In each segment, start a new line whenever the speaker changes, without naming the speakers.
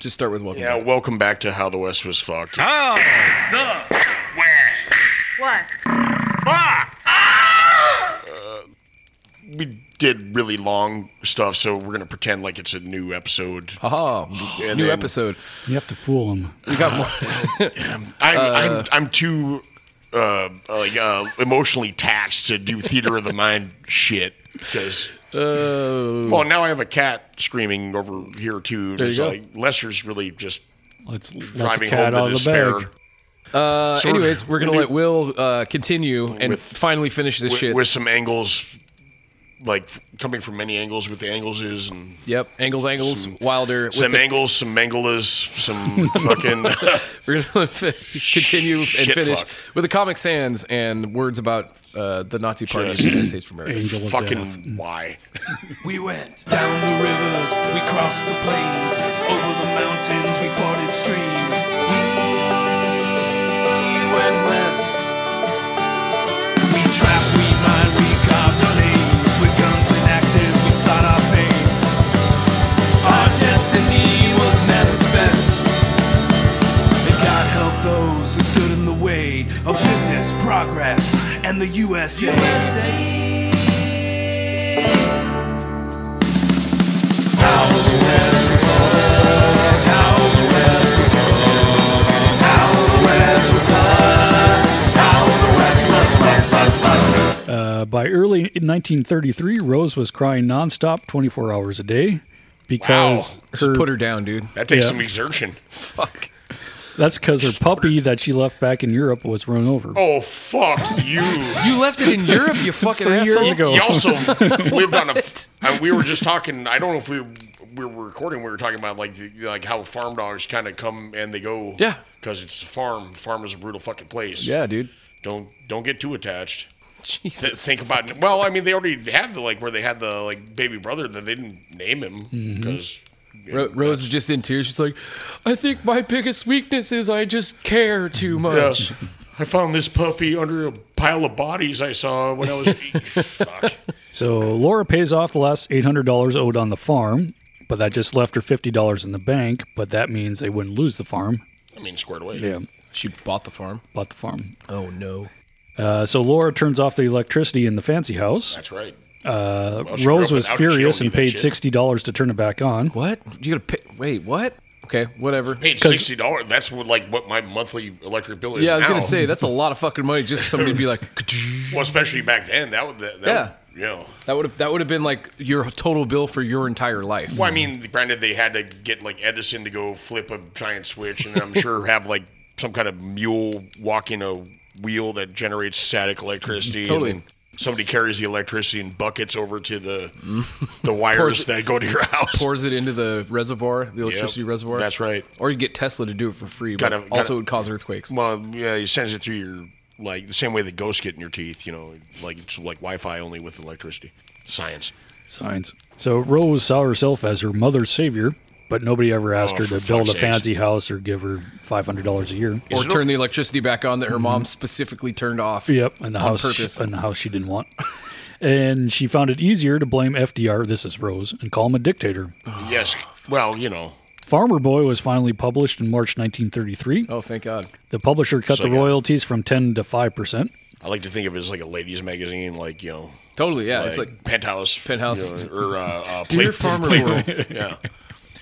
Just start with welcome.
Yeah, welcome back to How the West Was Fucked.
What?
We did really long stuff, so we're going to pretend like it's a new episode.
Uh, Aha,
And
new
then-
episode.
You have to fool them.
We got more. uh,
I'm, I'm, I'm too uh, like, uh, emotionally taxed to do theater of the mind shit. Because, well, now I have a cat screaming over here, too. and
Uh, There you
it's
go.
like, Lester's really just
Let's let the
driving
cat
home
out
to
of the bag.
despair.
Uh,
we're-
anyways, we're gonna
we
let Will uh, continue and
With-
finally finish this
with,
shit.
with some angles, like f- coming from many angles with the angles is and
yep, angles, angles,
some-
Wilder.
some
with the-
angles, some mangalas, some fucking.
We're gonna fi- continue and
Shit
finish
fuck.
with the comic sans and words about uh, the Nazi Party in the
Just-
United States of America.
Angel of death.
Fucking why?
We went down the rivers, we crossed the plains, over the mountains, we forded streams. We went west. We trapped, we mined, we carved our names with guns and axes. We sought our fame. Our destiny was manifest. And God help those who stood in the way of business, progress, and the USA.
Uh, by early 1933, Rose was crying nonstop, 24 hours a day, because
Just
her,
put her down, dude.
That takes
Yeah.
some exertion.
Fuck.
that's because her puppy that she left back in Europe was run over.
Oh fuck you!
You left it in Europe, you fucking
Three years
asshole.
ago.
You also lived on a.
What?
I- we were just talking. I don't know if we we were recording. We were talking about like the- like how farm dogs kind of come and they go.
Yeah.
Because it's a farm. Farm is a brutal fucking place.
Yeah, dude.
Don't don't get too attached. Th-
Jesus.
think about well i mean they already had the like where they had the like baby brother that they didn't name him because
Mm-hmm. Ro- Rose is just in tears. She's like, I think my biggest weakness is I just care too much.
i found this puppy under a pile of bodies i saw when i was fuck
So Laura pays off the last $800 owed on the farm, but that just left her $50 in the bank, but that means they wouldn't lose the farm.
i mean squared away
Yeah,
She bought the farm.
bought the farm.
Oh no.
Uh, so Laura turns off the electricity in the fancy house.
that's right Well, she grew
Rose
up
was
without it, she don't
furious and
need that
paid
shit.
$60 to turn it back on.
What? You gotta pay? Wait, what? Okay, whatever.
paid $60 that's what like what my monthly electric bill is
Yeah, I was
now.
gonna say that's a lot of fucking money just for somebody to be like,
well especially back then that would that, that yeah yeah
that would have that would have been like your total bill for your entire life.
well i mean granted they had to get like edison to go flip a giant switch and i'm sure have like some kind of mule walking a wheel that generates static electricity and
Totally.
then somebody carries the electricity in buckets over to the the wires that go to your house
Pours it into the reservoir, the electricity reservoir.
that's right.
Or you get Tesla to do it for free,
Gotta-
but
gotta-
also it would cause earthquakes.
well yeah it sends it through your like the same way that ghosts get in your teeth you know like it's like wi-fi only with electricity science
Signs. So Rose saw herself as her mother's savior, but nobody ever asked
Oh,
her
for
to build a
fuck's sakes.
fancy house or give her $500 a year.
Or
it a- Mm-hmm.
turn the electricity back on that her mom specifically turned off.
Yep, and the
on
house
purpose.
and the house she didn't want. And she found it easier to blame FDR, this is Rose, and call him a dictator.
Ah.
yes well you know
Farmer Boy was finally published in March 1933.
Oh, thank God.
The publisher cut
So,
the
yeah.
royalties from 10 to 5%.
i like to think of it as like a ladies magazine like you know
Totally, yeah. Uh, it's like
penthouse,
Penthouse.
you know, or uh, uh,
Dear
Play-
Farmer
Play-
World.
yeah,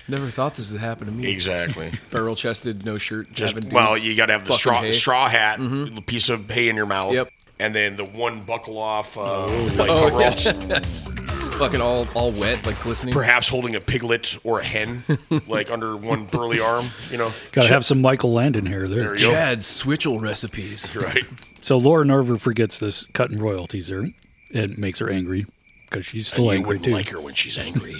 never thought this would happen to me.
exactly.
Barrel chested, no shirt.
Just
having
well,
dudes
you got to have the
fucking
straw
hay. Mm-hmm.
straw hat, little piece of hay in your mouth,
Yep. Oh.
and then the one buckle off, uh, like overalls,
fucking all all wet, like glistening.
perhaps holding a piglet or a hen, like under one burly arm. You know,
Got to have some Michael Landon hair there.
there you go.
Chad's switchel recipes.
Right.
So Laura Norver forgets this cut in royalties there. It makes her angry because she's still
you
angry
wouldn't
too.
like her when she's angry.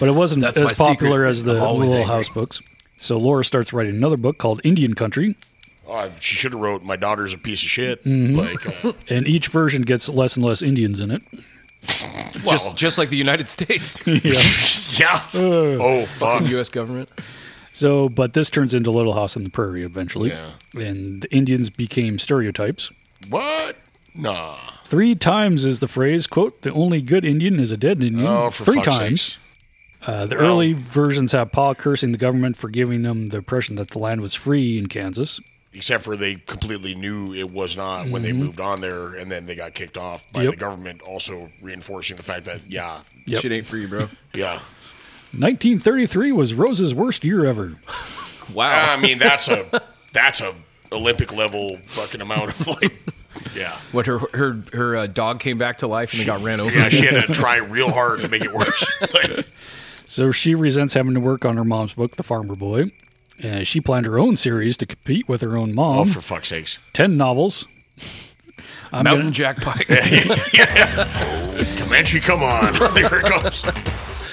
But it wasn't
That's my
as
secret.
popular as the
I'm always
Little
angry.
House books. So Laura starts writing another book called Indian Country,
oh, she should have wrote, "My daughter's a piece of shit."
Mm-hmm.
Like, uh,
and each version gets less and less Indians in it.
Just just like the United States,
yeah. oh fuck.
U.S. government.
So, but this turns into Little House on the Prairie eventually,
Yeah.
and the Indians became stereotypes.
What? Nah.
Three times is the phrase, quote, the only good Indian is a dead Indian.
Oh, for
Mm, Three
fuck's
times.
sakes.
Uh, the early versions have Paul cursing the government for giving them the impression that the land was free in Kansas.
Except for they completely knew it was not when they moved on there, and then they got kicked off by
Mm-hmm. Yep.
the government, also reinforcing the fact that yeah,
Yep.
Shit ain't free, bro.
yeah.
1933 was Rose's worst year ever.
Wow.
I mean that's a that's a Olympic level fucking amount of like yeah.
what her her her uh, dog came back to life and it got ran over.
Yeah, she had to try real hard to make it worse. Like,
So she resents having to work on her mom's book, The Farmer Boy. And she planned her own series to compete with her own
oh,
mom.
for fuck's sakes!
10 novels. I'm
Mountain
gonna,
Jack Pike.
Comanche, come on! there it goes.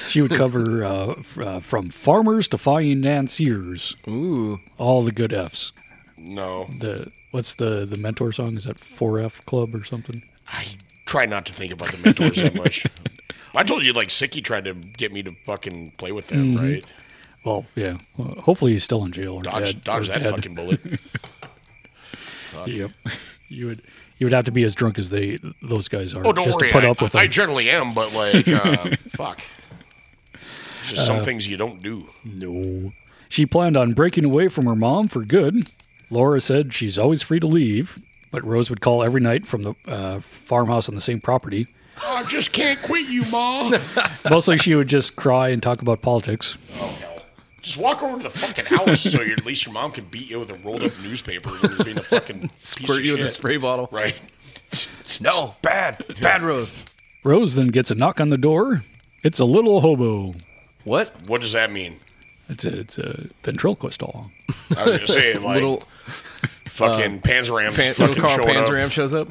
she would cover uh, f- uh, from farmers to financiers.
Ooh.
All the good F's.
No,
The What's the, the mentor song? Is that 4F Club or something?
I try not to think about the mentors that much. I told you, like Sicky tried to get me to fucking play with them, right?
Well, yeah. Well, hopefully he's still in jail or
Dodge,
dead.
dodge
or
that
dead.
fucking bullet.
Yep. you would you would have to be as drunk as they those guys are
Oh, don't
just
worry.
to put
I,
up with
I
them.
generally am, but like, uh, fuck. It's Just some things you don't do.
No. She planned on breaking away from her mom for good. Laura said she's always free to leave, but Rose would call every night from the uh, farmhouse on the same property.
I just can't quit you, ma.
Mostly, she would just cry and talk about politics.
Oh, just walk over to the fucking house so your, at least your mom can beat you with a rolled up newspaper and you're being a fucking piece
Squirt
of
you with a
shit.
spray bottle.
Right.
No, Oh, bad. Bad Rose.
Rose then gets a knock on the door. It's a little hobo.
What?
What does that mean?
It's a, it's a ventriloquist doll.
I was gonna say like
Little
fucking Panzerams
pan, little
fucking
Carl
showing up.
Panzeram shows up.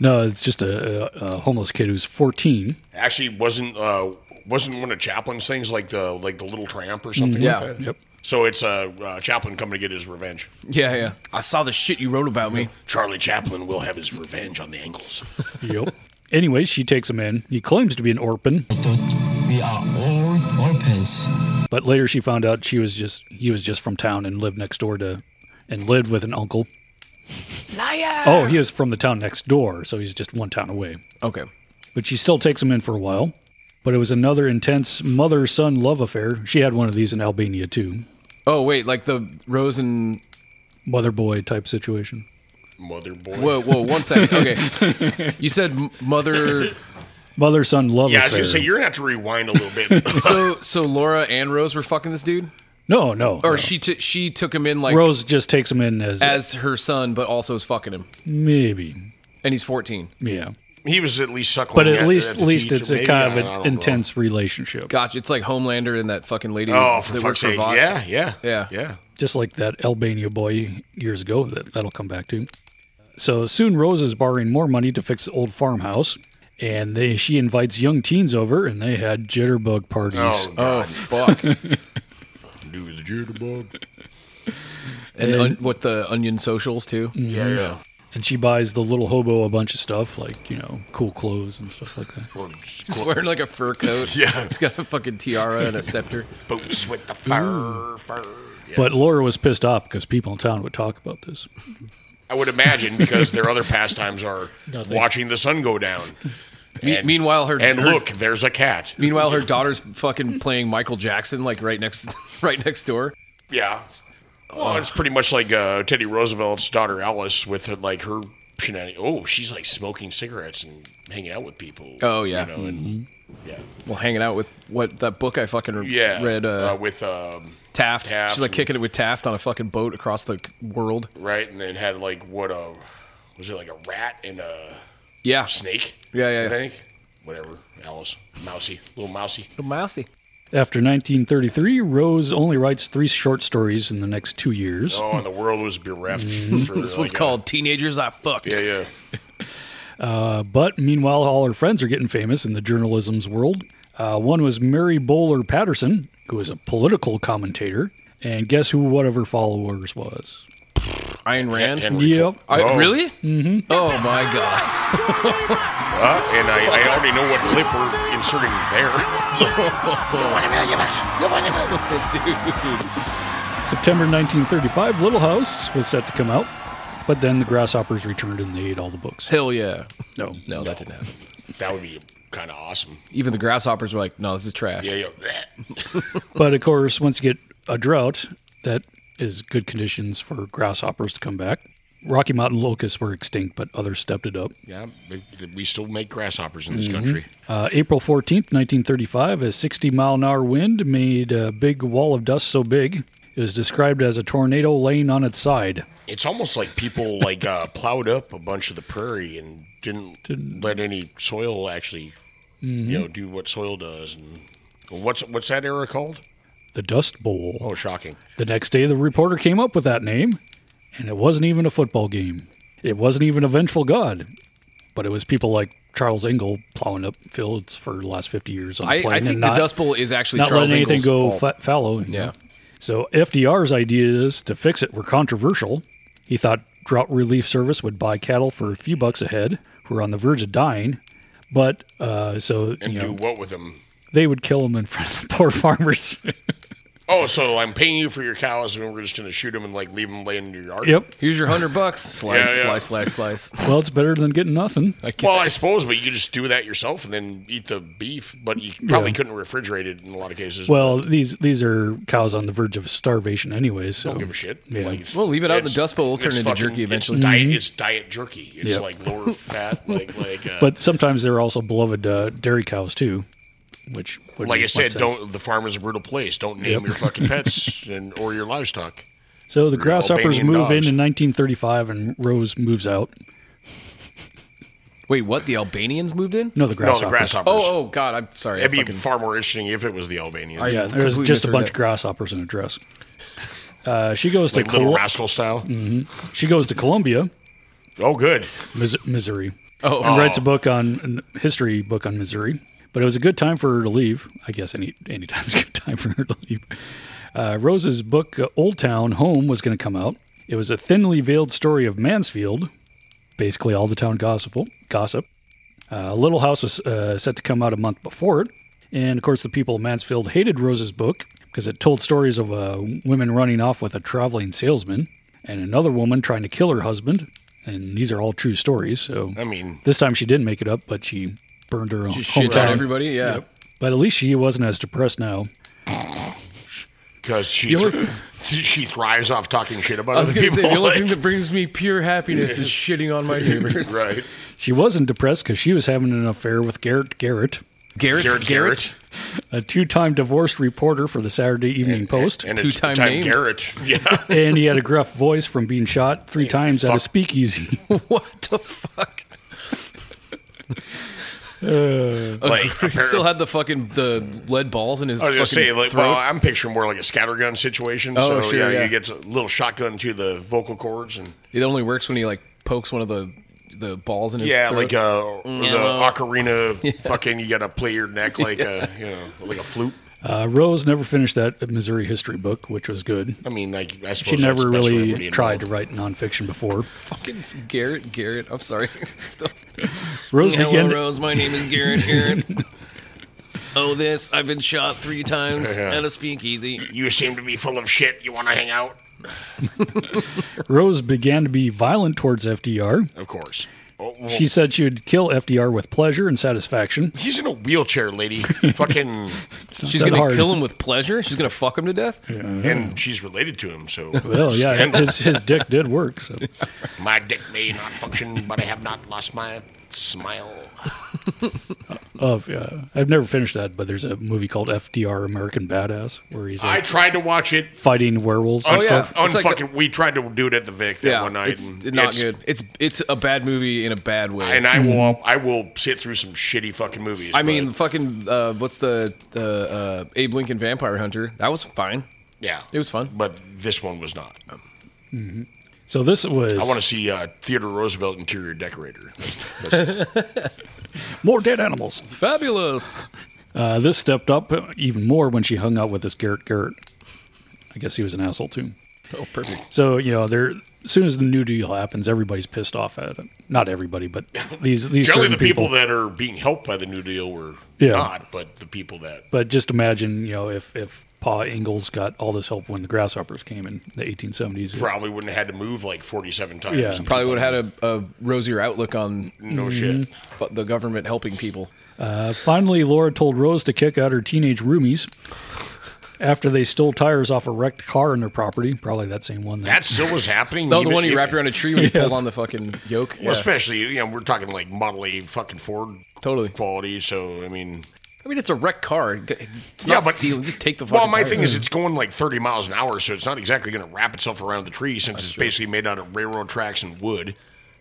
No, it's just a, a, a homeless kid who's 14.
Actually, wasn't uh, wasn't one of Chaplin's things like the like the Little Tramp or something?
Yeah.
Like that?
Yep.
So it's uh, uh, Chaplin coming to get his revenge.
Yeah, yeah. I saw the shit you wrote about me.
Charlie Chaplin will have his revenge on the Angles.
Yep. anyway, she takes him in. He claims to be an orphan,
thought we are all orphans.
but later she found out she was just he was just from town and lived next door to and lived with an uncle.
Liar.
Oh, he is from the town next door, so he's just one town away.
Okay.
But she still takes him in for a while. But it was another intense mother son love affair. She had one of these in Albania too.
Oh wait, like the Rose and
Mother boy type situation.
Mother boy.
whoa, whoa, one second. Okay, you said m- mother.
Mother son love
Yeah, I was
affair.
gonna say you're gonna have to rewind a little bit.
So, so Laura and Rose were fucking this dude,
no, no.
or
no.
she t- she took him in like
Rose just takes him in as,
as her son, but also is fucking him,
maybe.
and he's fourteen.
Yeah.
he was at least suckling.
But
at
at
the-
least
at
at
the
least
teeth,
it's a
maybe?
kind
I
of
don't
an
know.
intense relationship.
Gotcha. It's like Homelander and that fucking lady.
Oh, for
that
fuck's
works
sake!
Vox.
Yeah, yeah,
Yeah.
yeah.
just like that Albania boy years ago that that'll come back to. So soon, Rose is borrowing more money to fix the old farmhouse, and they she invites young teens over, and they had jitterbug parties.
Oh,
Oh fuck.
do the jitterbug.
and un- what the Onion socials too.
Yeah, yeah.
And she buys the little hobo a bunch of stuff, like you know, cool clothes and stuff like that.
Or
He's wearing like a fur coat.
Yeah.
He's got a fucking tiara and a scepter.
boots with the fur, fur. Yeah.
But Laura was pissed off because people in town would talk about this.
I would imagine because their other pastimes are
Nothing.
watching the sun go down.
Me- meanwhile, her
And
her-
look, there's a cat.
Meanwhile, her daughter's fucking playing Michael Jackson like right next right next door.
Yeah. Well, it's pretty much like uh, Teddy Roosevelt's daughter Alice with uh, like her shenanigans. Oh, she's like smoking cigarettes and hanging out with people.
Oh, yeah.
You know, and
Mm-hmm.
yeah,
Well, hanging out with what that book I fucking re-
yeah.
read uh,
with um,
Taft.
Taft
She's like
and-
kicking it with Taft on a fucking boat across the world.
right, and then had like what uh was it like a rat and a
Yeah.
snake?
Yeah, yeah,
I
yeah.
think whatever. Alice, mousy, little mousy.
Mousy.
After 1933, Rose only writes three short stories in the next two years.
Oh, and the world was bereft. for,
This one's
like, a-
called Teenagers I Fucked.
Oh, yeah, yeah.
But meanwhile, all her friends are getting famous in the journalism's world. Uh, one was Mary Bowler Patterson, who is a political commentator. And guess who one of her followers was?
Ayn Rand.
Henry
Yep.
Ford.
I,
Oh.
Really? Mm-hmm. Oh my god.
Uh, and I, I already know what clip we're inserting there.
Dude.
September 1935, Little House was set to come out. But then the grasshoppers returned and they ate all the books.
Hell yeah.
No.
No, that didn't happen.
That would be kind of awesome.
Even the grasshoppers were like, no, this is trash.
Yeah, yeah.
But of course, once you get a drought, that is good conditions for grasshoppers to come back. Rocky Mountain locusts were extinct, but others stepped it up.
Yeah, we- we still make grasshoppers in this country.
Uh, April 14th, 1935, a 60 mile an hour wind made a big wall of dust so big it was described as a tornado laying on its side.
It's almost like people like uh, plowed up a bunch of the prairie and didn't, Mm-hmm. let any soil actually, you know, do what soil does. And what's what's that era called?
The Dust Bowl.
Oh, shocking!
The next day, the reporter came up with that name, and it wasn't even a football game. It wasn't even a vengeful god, but it was people like Charles Engel plowing up fields for the last 50 years on the
I,
plane
I
and
think
not-
the Dust Bowl is actually
not
Charles
letting anything
Engel's
go
fault.
fa- fallow. you
Yeah.
know. So FDR's ideas to fix it were controversial. He thought Drought Relief Service would buy cattle for a few bucks a head who were on the verge of dying, but uh, so
And
you
do
know,
what with them?
they would kill them in front of the poor farmers.
Oh, so I'm paying you for your cows, and we're just gonna shoot them and like leave them laying in your yard.
yep.
Here's your hundred bucks. Slice,
Yeah, yeah.
slice, slice, slice.
Well, it's better than getting nothing.
I guess.
Well, I suppose, but you could just do that yourself and then eat the beef. But you probably couldn't refrigerate it in a lot of cases.
Well, these these are cows on the verge of starvation, anyway. So
Don't give a shit.
Yeah. Mm-hmm.
Like, it's-
We'll leave it out in the
it's-
Dust Bowl, it'll turn
it's
into jerky eventually.
It's diet, it's diet jerky. It's
Yeah.
like lower fat, like like. Uh,
But sometimes they're also beloved uh, dairy cows too, which would
like I
make much
said,
sense.
don't the farm is a brutal place. Don't name your fucking pets and or your livestock.
So the grasshoppers
Albanian
move
dogs.
in in 1935, and Rose moves out.
Wait, what? The Albanians moved in?
No, the grasshoppers.
No, the grasshoppers.
Oh, oh God! I'm sorry. I
It'd be
fucking-
far more interesting if it was the Albanians,
I-
Yeah, there's
completely
just a
misheard
bunch
that.
of grasshoppers in a dress. Uh, she goes to
like Little
Col-
Rascal style.
Mm. she goes to Columbia,
Oh, good.
Mis- Missouri,
Oh,
and writes a book on a history book on Missouri. But it was a good time for her to leave. I guess any any time's a good time for her to leave. Uh, Rose's book uh, Old Town Home was going to come out. It was a thinly veiled story of Mansfield, basically all the town gossip. Gossip. Uh, Little House was uh, set to come out a month before it, and of course, the people of Mansfield hated Rose's book because it told stories of uh, women running off with a traveling salesman and another woman trying to kill her husband. And these are all true stories. So
I mean,
this time she didn't make it up, but she burned her own
Just shit on
hometown.
everybody. Yeah.
But at least she wasn't as depressed now.
because she
The only-
she thrives off talking shit about
I was
other
gonna
people.
say the only
like-
thing that brings me pure happiness is shitting on my neighbors.
right.
She wasn't depressed because she was having an affair with Garrett Garrett,
Garrett,
Garrett,
Garrett,
Garrett,
a two-time divorced reporter for the Saturday Evening Post,
and it's
Two-time
time
named.
Garrett. Yeah,
and he had a gruff voice from being shot three times at a
fuck.
speakeasy.
What the fuck?
like
He still
apparent-
had the fucking the lead balls in his.
I was
fucking
gonna say, like,
throat.
well, I'm picturing more like a scattergun situation.
Oh,
so
sure,
yeah,
yeah.
you get a little shotgun to the vocal cords and
it only works when he like pokes one of the the balls in his.
yeah,
throat.
like uh, the ocarina. Fucking, you gotta play your neck like a you know like a flute.
Uh, Rose never finished that Missouri history book, which was good.
I mean, like I suppose that's
She never
the best for everybody
really tried to
involved.
write nonfiction before.
fucking Garrett, Garrett. I'm sorry. Still-
Rose
Hello,
began.
Rose. My name is Garrett. Garrett. oh, this. I've been shot three times
Yeah.
at a speakeasy.
You seem to be full of shit. You want to hang out?
Rose began to be violent towards FDR.
Of course. Oh, well,
She said she would kill FDR with pleasure and satisfaction.
he's in a wheelchair, lady. fucking,
She's
that
gonna
hard.
kill him with pleasure. She's gonna fuck him to death.
and she's related to him, so
Well, yeah, his his dick did work. So.
my dick may not function, but I have not lost my smile.
of uh, I've never finished that, but there's a movie called FDR American Badass where he's
I
like,
tried to watch it.
fighting werewolves and
Oh, yeah.
stuff.
On
It's like
fucking, we tried to do it at the Vic that
Yeah,
one night.
it's
and
not
it's-
good. It's it's a bad movie in a bad way.
And I will, I will sit through some shitty fucking movies.
I mean,
but,
fucking uh, what's the uh, uh, Abe Lincoln Vampire Hunter? That was fine.
yeah,
It was fun.
but this one was not.
So this was
I want to see uh, Theodore Roosevelt interior decorator. That's, that's,
more dead animals.
Fabulous.
Uh, this stepped up even more when she hung out with this Garrett Garrett. I guess he was an asshole too.
Oh, perfect.
So you know, there as soon as the New Deal happens, everybody's pissed off at it. Not everybody, but these these
generally,
certain
the people, that are being helped by the New Deal were
Yeah.
not, but the people that
But just imagine, you know, if if Pa Ingalls got all this help when the grasshoppers came in the 1870s.
Probably wouldn't have had to move like 47 times.
Yeah.
and
Probably would have had a, a rosier outlook on
No
Mm-hmm.
shit.
fu- the government helping people.
Uh, finally, Laura told Rose to kick out her teenage roomies after they stole tires off a wrecked car in their property. Probably that same one. That,
That still was happening.
No, the
even-
one he
even-
wrapped around a tree when he pulled on the fucking yoke.
Well,
Yeah,
especially, you know, we're talking like Model A fucking Ford
totally.
quality. So, I mean,
I mean, it's a wrecked car. It's not stealing. Just take the fucking.
Well, my
tire.
thing is, it's going like 30 miles an hour, so it's not exactly going to wrap itself around the tree since it's basically made out of railroad tracks and wood.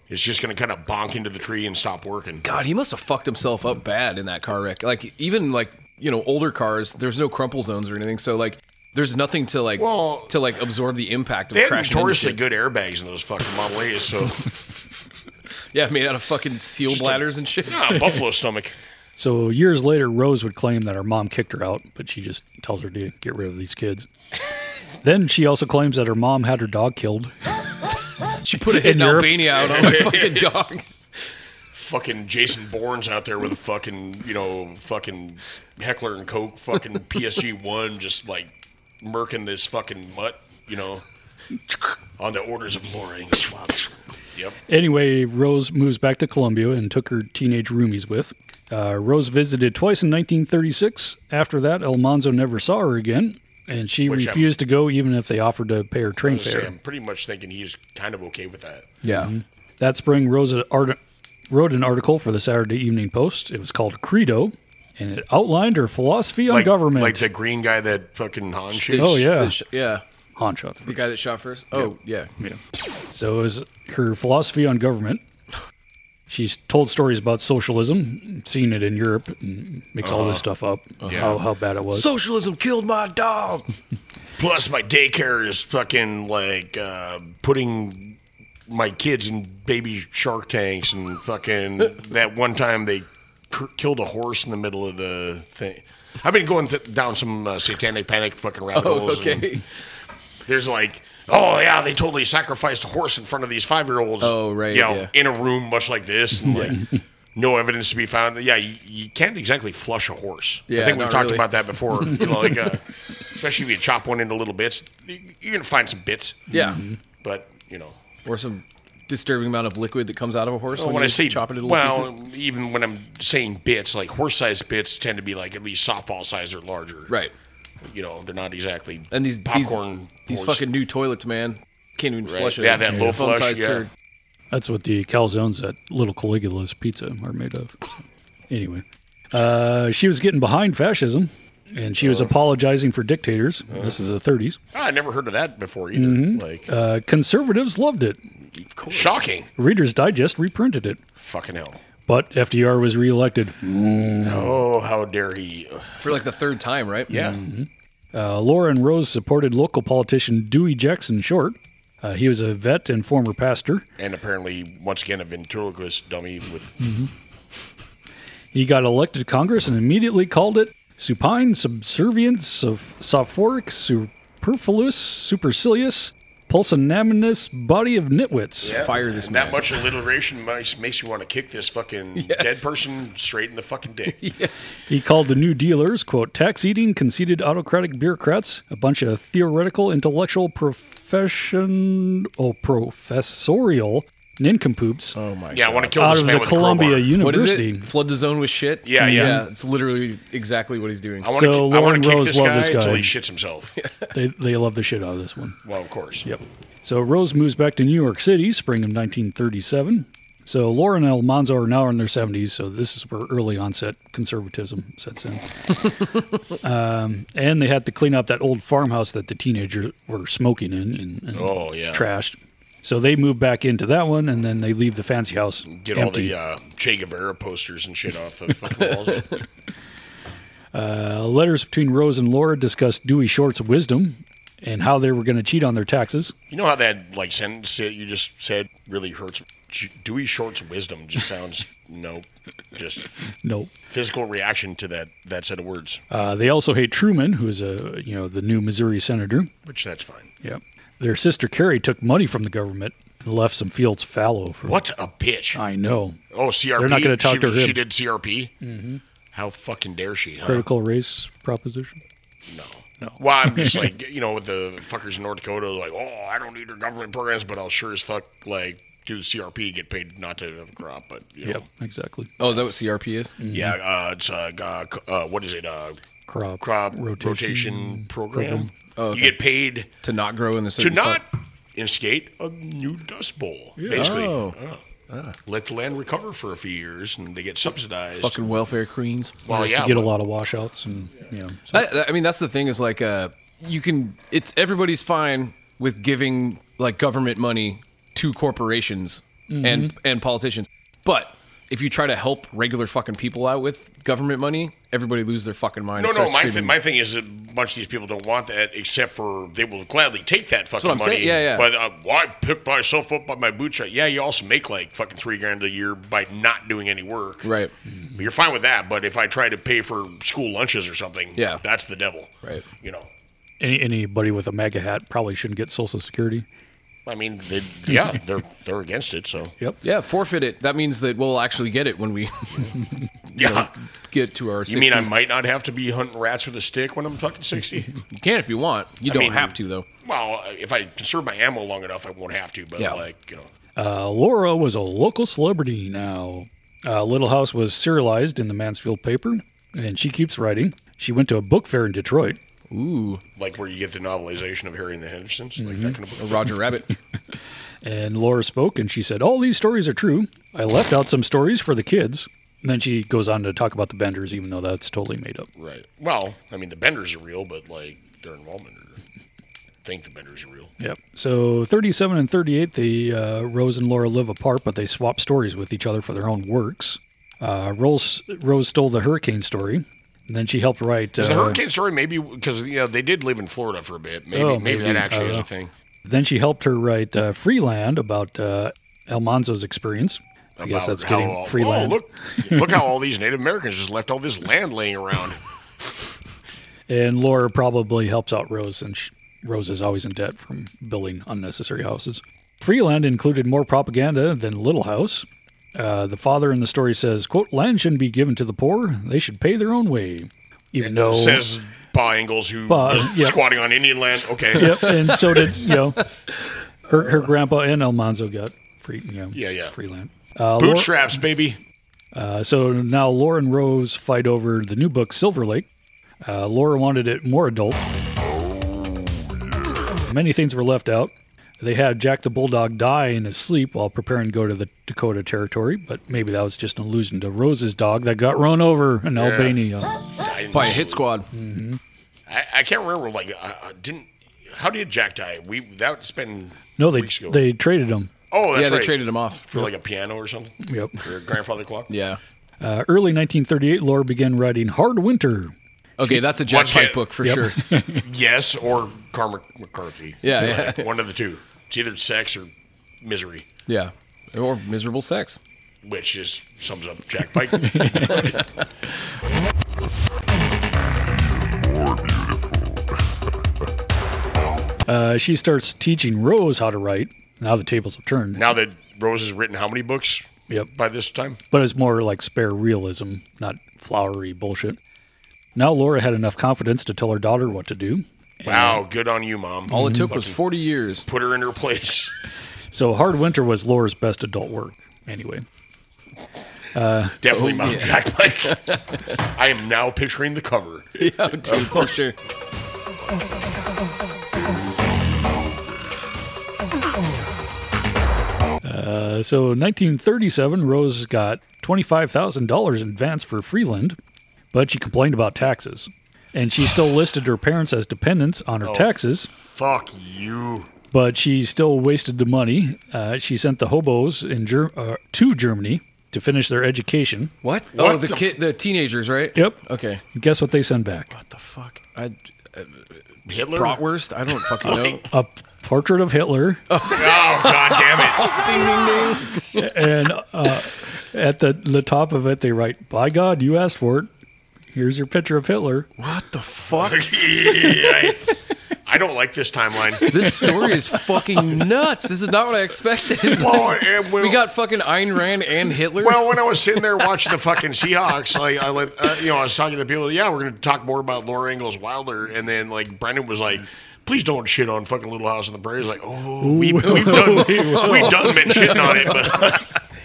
It's just going to kind of bonk into the tree and stop working.
God, he must have fucked himself up bad in that car wreck. Like even like you know older cars, there's no crumple zones or anything, so like there's nothing to like
Well,
to like absorb the impact of
They had
crashing. into
notoriously
shit.
good airbags in those fucking Model A's, so
Yeah, made out of fucking seal bladders and shit.
Ah, buffalo stomach.
so years later, Rose would claim that her mom kicked her out, but she just tells her to get rid of these kids. then she also claims that her mom had her dog killed.
She put a hidden
Europe.
Albania out on a fucking dog.
Fucking Jason Bourne's out there with a fucking, you know, fucking heckler and coke, fucking PSG one, just like murking this fucking mutt, you know, on the orders of Laura Ingalls. Yep.
Anyway, Rose moves back to Columbia and took her teenage roomies with. Uh, Rose visited twice in 1936. After that, Almanzo never saw her again, and she
Which um, I'm-
refused to go even if they offered to pay her train
So
fare.
I'm pretty much thinking he's kind of okay with that.
Yeah.
That spring, Rose art- wrote an article for the Saturday Evening Post. It was called Credo, and it outlined her philosophy on
like,
government.
Like the green guy that fucking Han shoots.
Oh, yeah.
yeah.
Honcho.
The guy that shot first. Oh yeah.
So it was her philosophy on government. She's told stories about socialism, seen it in Europe, and makes all this
Uh-huh.
stuff up, how, how bad it was.
Socialism killed my dog.
Plus, my daycare is fucking like uh, putting my kids in baby shark tanks and fucking that one time they cr- killed a horse in the middle of the thing. I've been going th- down some uh, satanic panic fucking rabbit
Oh,
holes. and
okay.
There's like, oh yeah, they totally sacrificed a horse in front of these five year olds.
Oh, right,
You know,
yeah.
in a room much like this, and like no evidence to be found. Yeah, you, you can't exactly flush a horse.
Yeah,
I think we've
not
talked
really.
about that before. you know, like, uh, especially if you chop one into little bits, you- you're gonna find some bits.
Yeah.
But you know,
Or some disturbing amount of liquid that comes out of a horse
Oh, when,
when, Oh,
I
you
say
chop it into little
well,
pieces.
even when I'm saying bits, like horse-sized bits tend to be like at least softball size or larger.
Right.
You know, they're not exactly
And these these-
popcorn.
these,
horse-
fucking new toilets, man. Can't even
Right.
flush it.
Yeah, that low
Fun-sized
flush, yeah.
turd.
That's what the calzones at Little Caligula's Pizza are made of. Anyway, uh, she was getting behind fascism, and she was apologizing for dictators. This is the 30s.
Ah, I never heard of that before either.
Mm-hmm.
Like,
Uh, conservatives loved it.
shocking.
Reader's Digest reprinted it.
Fucking hell.
But FDR was reelected.
Oh, how dare he?
for like the third time, right?
Yeah.
Uh, Laura and Rose supported local politician Dewey Jackson Short. Uh, he was a vet and former pastor.
And apparently, once again, a ventriloquist dummy with.
He got elected to Congress and immediately called it supine, subservient, soph- sophoric, superfluous, supercilious, pulsinaminous body of nitwits.
Fire
Mm-hmm.
this
That
man.
much alliteration makes, makes you want to kick this fucking dead person straight in the fucking dick.
Yes.
He called the New Dealers, quote, tax eating, conceited autocratic bureaucrats, a bunch of theoretical, intellectual, profession, oh, professorial nincompoops
Oh my
Yeah, I
god.
want to kill
out
this
of
man
the
with
Columbia
a crowbar.
What is
University.
it? Flood the zone with shit.
Yeah, yeah.
It's literally exactly what he's doing.
I want
So
to, I
Lauren
want to kick
Rose
this
loved
guy,
this guy.
until he shits himself.
They, they love the shit out of this one.
Well, of course.
Yep. So Rose moves back to New York City, spring of 1937. So Laura and Almanzo are now in their 70s, so this is where early onset conservatism sets in. um, and they had to clean up that old farmhouse that the teenagers were smoking in and, and
Oh, yeah.
trashed. So they move back into that one, and then they leave the fancy house
Get all
empty.
the uh, Che Guevara posters and shit off the fucking walls.
Uh, letters between Rose and Laura discuss Dewey Short's wisdom and how they were going to cheat on their taxes.
You know how that like sentence that you just said really hurts. J- Dewey Short's wisdom just sounds nope. Just
Nope.
physical reaction to that that set of words,
Uh, they also hate Truman, who is a you know the new Missouri senator.
which that's fine.
Yeah. Their sister Carrie took money from the government and left some fields fallow for
What a bitch!
I know.
oh, CRP.
They're not gonna talk
she,
to him. Mm-hmm.
She did CRP. How fucking dare she? Huh?
Critical race proposition.
No.
No.
Well, I'm just like you know, with the fuckers in North Dakota, like, oh, I don't need your government programs, but I'll sure as fuck like do the CRP, get paid not to have a crop, but you know,
Yep, Mm-hmm. exactly.
Oh, is that what CRP is?
yeah, uh, it's uh, g- uh, c- uh, what is it, uh,
Crop,
crop rotation, program.
program.
You get paid
To not grow in the
to
certain
not
spot.
instigate a new dust bowl, basically.
Oh.
Oh.
Ah.
Let the land recover for a few years, and they get subsidized.
fucking welfare queens.
well, yeah,
you get a
but-
lot of washouts and you know. So,
I, I mean, that's the thing is like, uh, you can. It's everybody's fine with giving like government money to corporations and and politicians, but if you try to help regular fucking people out with government money, everybody loses their fucking mind. and
No, no.
starts
My, th-
screaming.
my thing is that a bunch of these people don't want that, except for they will gladly take that fucking
I'm
money.
saying, yeah, yeah.
But uh, well, I picked myself up by my bootstrap. Yeah, you also make like fucking three grand a year by not doing any work.
right,
But you're fine with that. But if I try to pay for school lunches or something,
Yeah.
that's the devil.
Right.
You know.
any, anybody with a mega hat probably shouldn't get Social Security.
I mean, they, yeah, they're they're against it. So
Yep.
yeah, forfeit it. That means that we'll actually get it when we
yeah.
get to our. 60s.
You mean I might not have to be hunting rats with a stick when I'm fucking sixty?
You can if you want. You don't
mean-
have to though.
well, if I conserve my ammo long enough, I won't have to. But
Yeah.
like, you know,
Uh, Laura was a local celebrity now. Uh, Little House was serialized in the Mansfield paper, and she keeps writing. She went to a book fair in Detroit.
Ooh,
like where you get the novelization of Harry and the Hendersons, like
Mm-hmm.
that kind of book.
Roger Rabbit.
And Laura spoke and she said, All these stories are true. I left out some stories for the kids. And then she goes on to talk about the benders, even though that's totally made up.
Right. Well, I mean, the Benders are real, but like their involvement, are, think the Benders are real.
Yep. So 37 and 38, they, uh, Rose and Laura live apart, but they swap stories with each other for their own works. Uh, Rose, Rose stole the hurricane story. And then she helped write.
The
uh,
hurricane story, maybe because you know they did live in Florida for a bit. Maybe,
Oh,
maybe,
maybe.
that
I
actually is
don't
a thing.
Then she helped her write uh, Freeland about uh, Almanzo's experience. I guess
About
that's getting
how, uh,
Freeland.
Oh, look, look how all these Native Americans just left all this land laying around.
And Laura probably helps out Rose, and sh Rose is always in debt from building unnecessary houses. Freeland included more propaganda than Little House. Uh, the father in the story says, quote, land shouldn't be given to the poor. They should pay their own way. Even though...
Says Pa Ingalls, who
Pa,
was
yep.
squatting on Indian land. Okay.
Yep, and so did, you know, her, her grandpa and Almanzo got free, you know,
Yeah, yeah.
free land. Uh, Laura-
Bootstraps, baby.
Uh, so now Laura and Rose fight over the new book, Silver Lake. Uh, Laura wanted it more adult. Many things were left out. They had Jack the Bulldog die in his sleep while preparing to go to the Dakota Territory, but maybe that was just an allusion to Rose's dog that got run over in Albania.
Died in
By a
his
hit
sleep.
squad.
I, I can't remember. Like, I, I didn't. How did Jack die? We that's been
No, they
Weeks ago.
they traded him.
oh that's
yeah, they
right.
traded him off.
for like a piano or something.
Yep.
Or a grandfather clock.
Yeah.
Uh, early 1938, Laura began writing Hard Winter.
Okay, that's a Jack
Watch
Pike
it.
book for
Yep.
sure.
Yes, or Cormac McCarthy.
Yeah,
Like, one of the two. It's either sex or misery,
Yeah. Or miserable sex.
which just sums up Jack Pike.
Uh, she starts teaching Rose how to write. Now the tables have turned.
now that Rose has written how many books?
Yep.
By this time,
but it's more like spare realism, not flowery bullshit. Now Laura had enough confidence to tell her daughter what to do.
wow, good on you, mom.
All it took was 40 years.
Put her in her place.
So Hard Winter was Laura's best adult work, anyway.
Oh,
Definitely Mount Jack Pike. I am now picturing the cover.
Yeah, dude, for sure.
Uh, so 1937, Rose got $25,000 in advance for Freeland, but she complained about taxes. And she still listed her parents as dependents on her taxes,
Fuck you.
but she still wasted the money. Uh, she sent the hobos in Ger- uh, to Germany to finish their education.
What? oh,
What
the,
the
kid, the teenagers, right?
Yep.
Okay.
Guess what they send back?
What the fuck? I
Hitler.
bratwurst. I don't fucking know. ding,
A portrait of Hitler.
Oh god damn it!
ding, ding.
and uh, at the the top of it, they write, "By God, you asked for it. Here's your picture of Hitler."
What the fuck?
I, I don't like this timeline.
This story is fucking nuts. This is not what I expected.
Well, and when-
we got fucking Ayn Rand and Hitler.
Well, when I was sitting there watching the fucking Seahawks, like I let uh, you know, I was talking to people. Yeah, we're going to talk more about Laura Ingalls Wilder, and then like Brendan was like. Please don't shit on fucking Little House on the Prairie. It's like, oh, we, we've done, we've done been shitting on it, but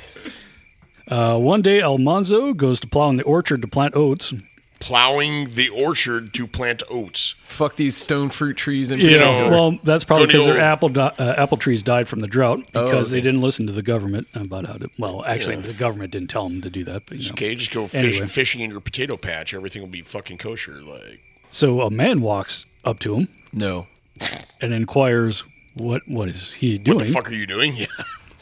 Uh, one day, Almanzo goes to plow in the orchard to plant oats.
plowing the orchard to plant oats.
Fuck these stone fruit trees and
You
people.
know,
well, that's probably
Good
because their
old-
apple di- uh, apple trees died from the drought because
okay.
they didn't listen to the government about how to. Well, actually, the government didn't tell them to do that. But, you know.
Okay, just go fish,
Anyway.
fishing in your potato patch. Everything will be fucking kosher. Like,
So a man walks up to him
no,
and inquires, "What what is he
what
doing?"
the fuck are you doing?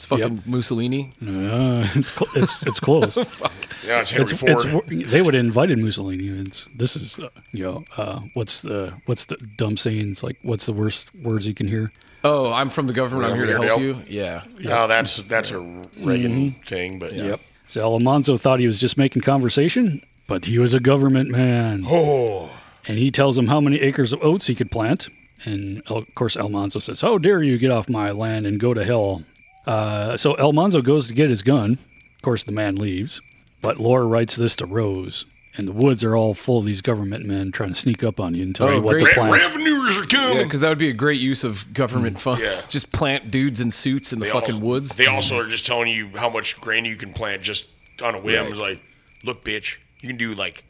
Yeah,
it's fucking Mussolini.
Uh, it's, cl- it's it's close. it's,
yeah, it's Henry Ford.
it's wor- they would have invited Mussolini. It's, this is uh, you know uh, what's the what's the dumb sayings like? What's the worst words you can hear?
Oh, I'm from the government. I'm here to help you. Yeah.
Oh, that's that's a Reagan thing, but
Mm-hmm. Yep. So Alonso thought he was just making conversation, but he was a government man. Oh. And he tells him how many acres of oats he could plant. And of course, Almanzo says, How dare you get off my land and go to hell? Uh, so Almanzo goes to get his gun. Of course, the man leaves. But Laura writes this to Rose. And the woods are all full of these government men trying to sneak up on you and tell
Oh,
you what
great.
to
Re-
plant.
revenues are
Yeah,
coming.
because that would be a great use of government funds.
Yeah.
Just plant dudes in suits in the
They
fucking
also-
woods.
They also are just telling you how much grain you can plant just on a whim. It's like, look, bitch, you can do like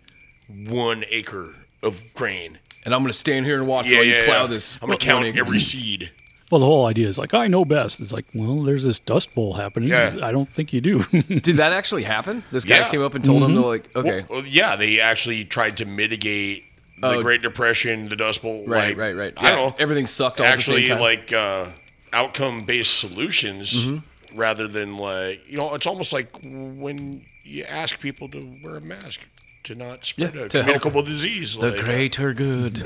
one acre of grain.
and I'm gonna stand here and watch while you plow this.
I'm gonna
one
count
acre.
every seed.
Well, the whole idea is like, I know best. It's like, well, there's this dust bowl happening.
Yeah.
I don't think you do.
Did that actually happen? This guy
Yeah. Mm-hmm.
came up and told him to like, okay,
Well, yeah, they actually tried to mitigate the
Oh.
Great Depression, the Dust Bowl.
right,
like,
right, right.
I
Yeah,
don't know.
Everything sucked. All
actually
at the same time.
like uh, outcome based solutions
Mm-hmm.
rather than like you know it's almost like when you ask people to wear a mask to not spread
Yeah,
a
to help.
communicable disease
the
like uh,
greater good.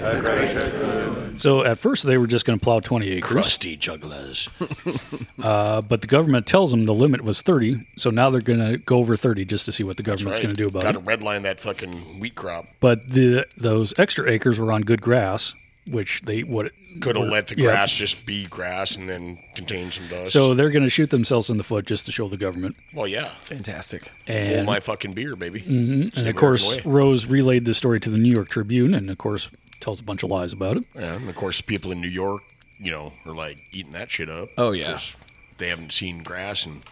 so at first, they were just going to plow 20 acres.
crusty jugglers
But the government tells them the limit was 30, so now they're going to go over 30 just to see what the government's going to do about
gotta
it.
redline that fucking wheat crop
But the those extra acres were on good grass, which they would.
could have let the
yeah.
grass just be grass and then contain some dust
So they're going to shoot themselves in the foot just to show the government.
well yeah
Fantastic.
hold
And,
my fucking beer baby It's
and
the
of course,
American way.
Rose relayed the story to the New York Tribune, and of course, tells a bunch of lies about it.
yeah, and of course people in new york you know are like eating that shit up
Oh, yeah.
'Cause they haven't seen grass and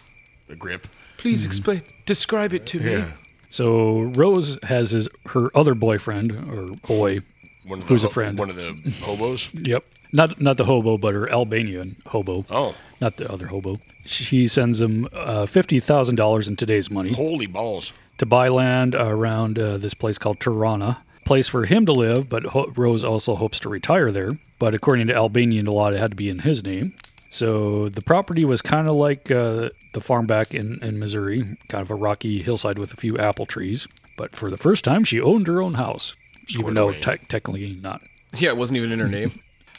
a grip
Please
Mm-hmm.
explain. Describe it to me.
So Rose has his her other boyfriend or boy.
One of
Who's
the,
a friend?
One of the hobos.
Yep. Not not the hobo, but her Albanian hobo.
Oh,
Not the other hobo. She sends him uh, $50,000 in today's money.
holy balls!
to buy land around uh, this place called Tirana, place for him to live, but Ho- Rose also hopes to retire there. But according to Albanian law, it had to be in his name. So the property was kind of like uh, the farm back in, in Missouri, kind of a rocky hillside with a few apple trees. But for the first time, she owned her own house, even though
away.
tec- technically not.
Yeah, it wasn't even in her name.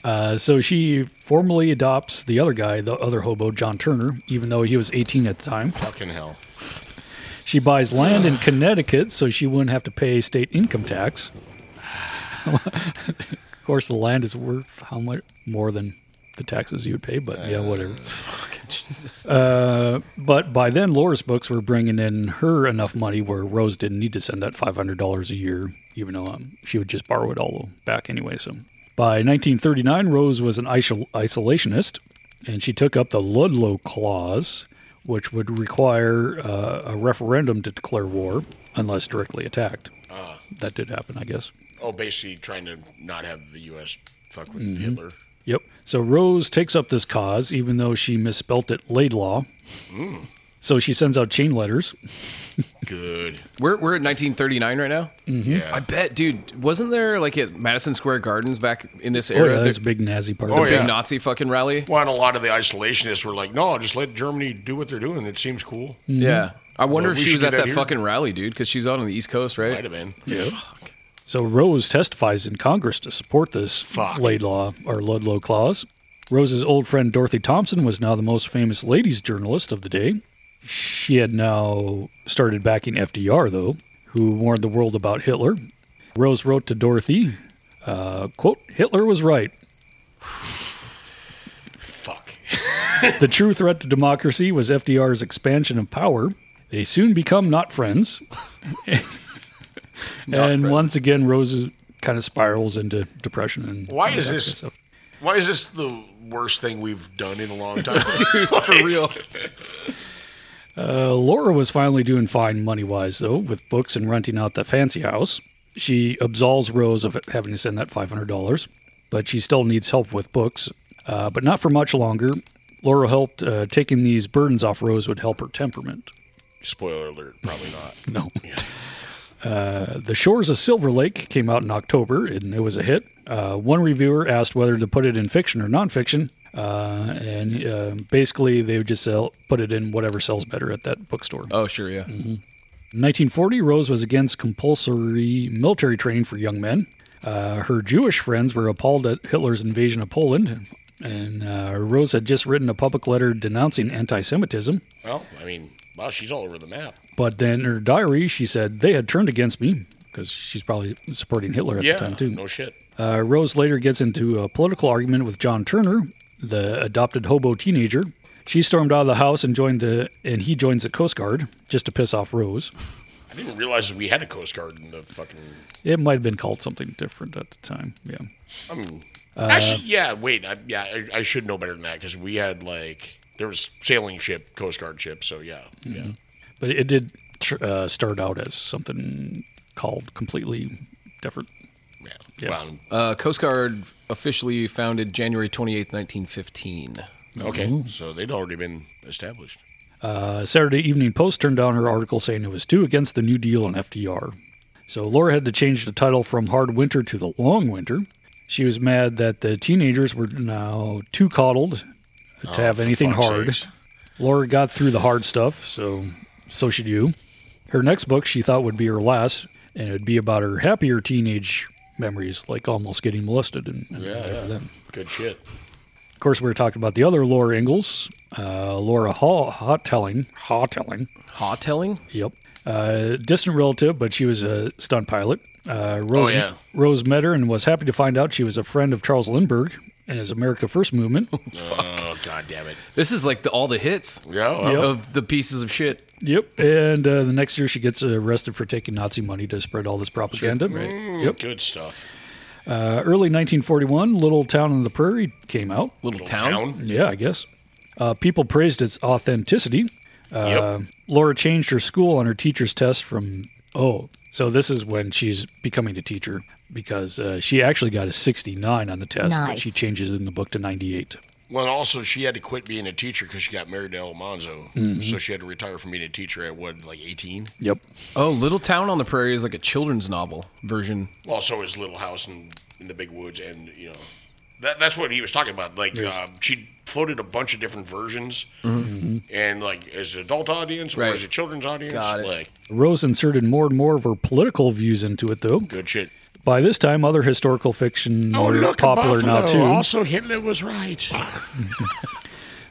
Uh, so she formally adopts the other guy, the other hobo, John Turner, even though he was 18 at the time.
Fucking hell!
She buys land in Connecticut so she wouldn't have to pay state income tax. of course, the land is worth how much more than the taxes you would pay, but
Uh,
yeah, whatever.
Fucking Jesus.
But by then, Laura's books were bringing in her enough money where Rose didn't need to send that $500 a year, even though um, she would just borrow it all back anyway. So by 1939, Rose was an isol- isolationist and she took up the Ludlow Clause, which would require uh, a referendum to declare war unless directly attacked. That did happen, I guess.
Oh, basically trying to not have the U.S. fuck with
Mm-hmm.
Hitler.
Yep. So Rose takes up this cause, even though she misspelt it Laidlaw. So she sends out chain letters.
Good.
Mm-hmm.
We're, we're at 1939 right now.
Yeah.
I bet, dude. Wasn't there like at Madison Square Gardens back in this
Oh,
era?
yeah,
there's
that's a big Nazi part.
Oh,
big
yeah.
Nazi fucking rally.
well, and a lot of the isolationists were like, "No, just let Germany do what they're doing. It seems cool."
Yeah. I wonder if
Mm-hmm. Well, we
she
should
was
do
at
that
that
here.
fucking rally, dude, because she's out on the East Coast,
Might
right?
have been.
So Rose testifies in Congress to support this
Fuck.
Laidlaw or Ludlow clause. Rose's old friend Dorothy Thompson was now the most famous ladies journalist of the day. She had now started backing FDR, though, who warned the world about Hitler. Rose wrote to Dorothy, uh, quote, Hitler was right.
Fuck.
The true threat to democracy was FDR's expansion of power. They soon become not friends. and once again, Rose kind of spirals into depression. And
Why
all
is
that
this-
good stuff.
Why is this the worst thing we've done in a long time?
For real.
Uh, Laura was finally doing fine money wise, though, with books and renting out the fancy house. She absolves Rose of having to send that $500, but she still needs help with books, uh, but not for much longer. Laura helped uh, taking these burdens off Rose would help her temperament.
Spoiler alert, probably not.
No. Uh, the Shores of Silver Lake came out in October, and it was a hit. Uh, one reviewer asked whether to put it in fiction or nonfiction, uh, and uh, basically they would just sell, put it in whatever sells better at that bookstore.
Oh, sure, yeah.
In 1940, Rose was against compulsory military training for young men. Uh, her Jewish friends were appalled at Hitler's invasion of Poland, and uh, Rose had just written a public letter denouncing anti-Semitism.
Well, I mean, wow, she's all over the map.
But then in her diary, she said they had turned against me because she's probably supporting Hitler at
Yeah,
the time too.
no shit.
Uh, Rose later gets into a political argument with John Turner, the adopted hobo teenager. She stormed out of the house and joined the, and he joins the Coast Guard just to piss off Rose.
I didn't realize we had a Coast Guard in the fucking.
It might have been called something different at the time. Yeah.
I mean, actually, yeah. Wait, I, yeah, I, I should know better than that because we had like there was sailing ship, Coast Guard ship. So yeah, yeah.
But it did tr- uh, start out as something called completely different.
Yeah.
Yeah.
Wow.
Uh, Coast Guard officially founded January 28th, 1915.
okay. So they'd already been established.
Uh, Saturday Evening Post turned down her article saying it was too against the New Deal and FDR. So Laura had to change the title from Hard Winter to The Long Winter. She was mad that the teenagers were now too coddled to have
Oh, for
anything
fuck's
hard.
sakes.
Laura got through the hard stuff, so so should you. Her next book she thought would be her last, and it would be about her happier teenage memories, like almost getting molested and, and
Yeah,
whatever
yeah.
then.
Good shit.
Of course, we were talking about the other Laura Ingalls, uh, Laura Haw, Haw telling, Haw telling,
Ha telling?
Yep. Uh, distant relative, but she was a stunt pilot. Uh, Rose,
Oh, yeah.
Rose met her and was happy to find out she was a friend of Charles Lindbergh and his America First movement.
Oh god damn it.
This is like the, all the hits
Yeah. well,
Yep.
of the pieces of shit.
yep. And uh, the next year, she gets arrested for taking Nazi money to spread all this propaganda.
right.
Yep.
Good stuff.
Uh, early 1941, Little Town on the Prairie came out.
Little, town.
Town.
Yeah, I guess. Uh, people praised its authenticity. Uh,
yep.
Laura changed her school on her teacher's test from oh, so this is when she's becoming a teacher because uh, she actually got a 69 on the test, but
Nice.
she changes it in the book to 98.
Well, and also she had to quit being a teacher because she got married to El Monzo,
Mm-hmm.
so she had to retire from being a teacher at what, like eighteen.
Yep.
Oh, Little Town on the Prairie is like a children's novel version.
Well, so his little house in, in the big woods, and you know, that, that's what he was talking about. Like uh, she floated a bunch of different versions,
Mm-hmm.
and like as an adult audience or
Right.
as a children's audience,
Got it.
like
Rose inserted more and more of her political views into it, though.
good shit.
By this time, other historical fiction
Oh,
were popular now, too.
Hitler was right.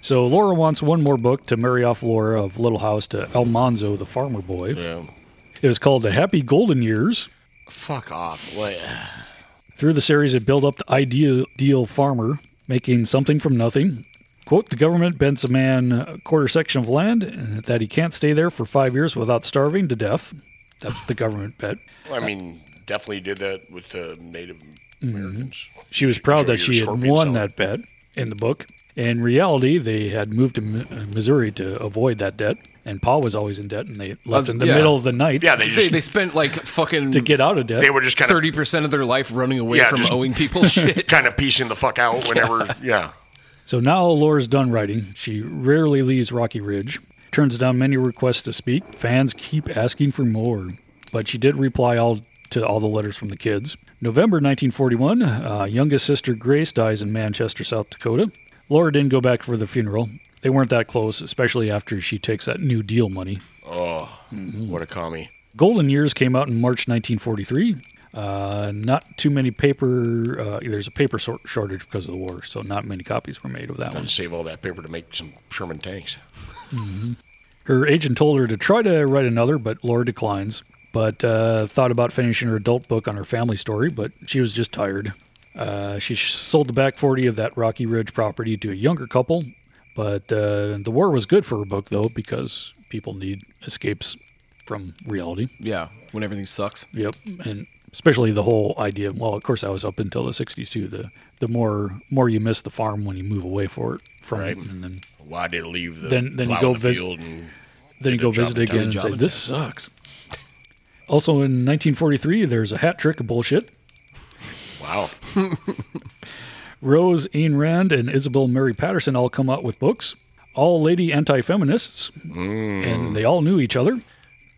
So Laura wants one more book to marry off Laura of Little House to Almanzo, the farmer boy.
yeah.
It was called The Happy Golden Years.
Fuck off. What?
Through the series, it built up the ideal, ideal farmer, making something from nothing. Quote, the government bends a man a quarter section of land and that he can't stay there for five years without starving to death. That's the government bet.
I mean, definitely did that with the Native
Mm-hmm.
Americans.
She was proud that
Enjoy
she
your
had won
scorpion salad.
that bet in the book. In reality, they had moved to Mi- uh, Missouri to avoid that debt, and Pa was always in debt, and they left
was-
in the
yeah.
middle of the night
Yeah, they
They,
just
they spent like fucking
to get out of debt.
they were just kind of
30% of their life running away
Yeah,
from
just-
owing people shit.
kind of piecing the fuck out whenever. yeah.
So now Laura's done writing. She rarely leaves Rocky Ridge, turns down many requests to speak. Fans keep asking for more, but she did reply all to all the letters from the kids. November 1941, uh, youngest sister Grace dies in Manchester, South Dakota. Laura didn't go back for the funeral. They weren't that close, especially after she takes that New Deal money. Mm.
What a commie.
Golden Years came out in March 1943. Uh, not too many paper. Uh, there's a paper sor- shortage because of the war, so not many copies were made of that one.
Gotta save all that paper to make some Sherman tanks.
Her agent told her to try to write another, but Laura declines. But uh, thought about finishing her adult book on her family story, but she was just tired. Uh, she sh- sold the back 40 of that Rocky Ridge property to a younger couple, but uh, the war was good for her book, though, because people need escapes from reality.
Yeah, when everything sucks.
Yep, and especially the whole idea. Well, of course, I was up until the '60s too. The the more more you miss the farm when you move away for it from it, and then
Why did it leave the
Then- then you
plow
go
in the
vis-
field and
then you go
a job
visit
in town.
again and
Job
say
in
this sucks. Also, in 1943, there's a hat trick of bullshit.
wow.
Rose Ayn Rand and Isabel Mary Patterson all come out with books. All lady anti-feminists, and they all knew each other.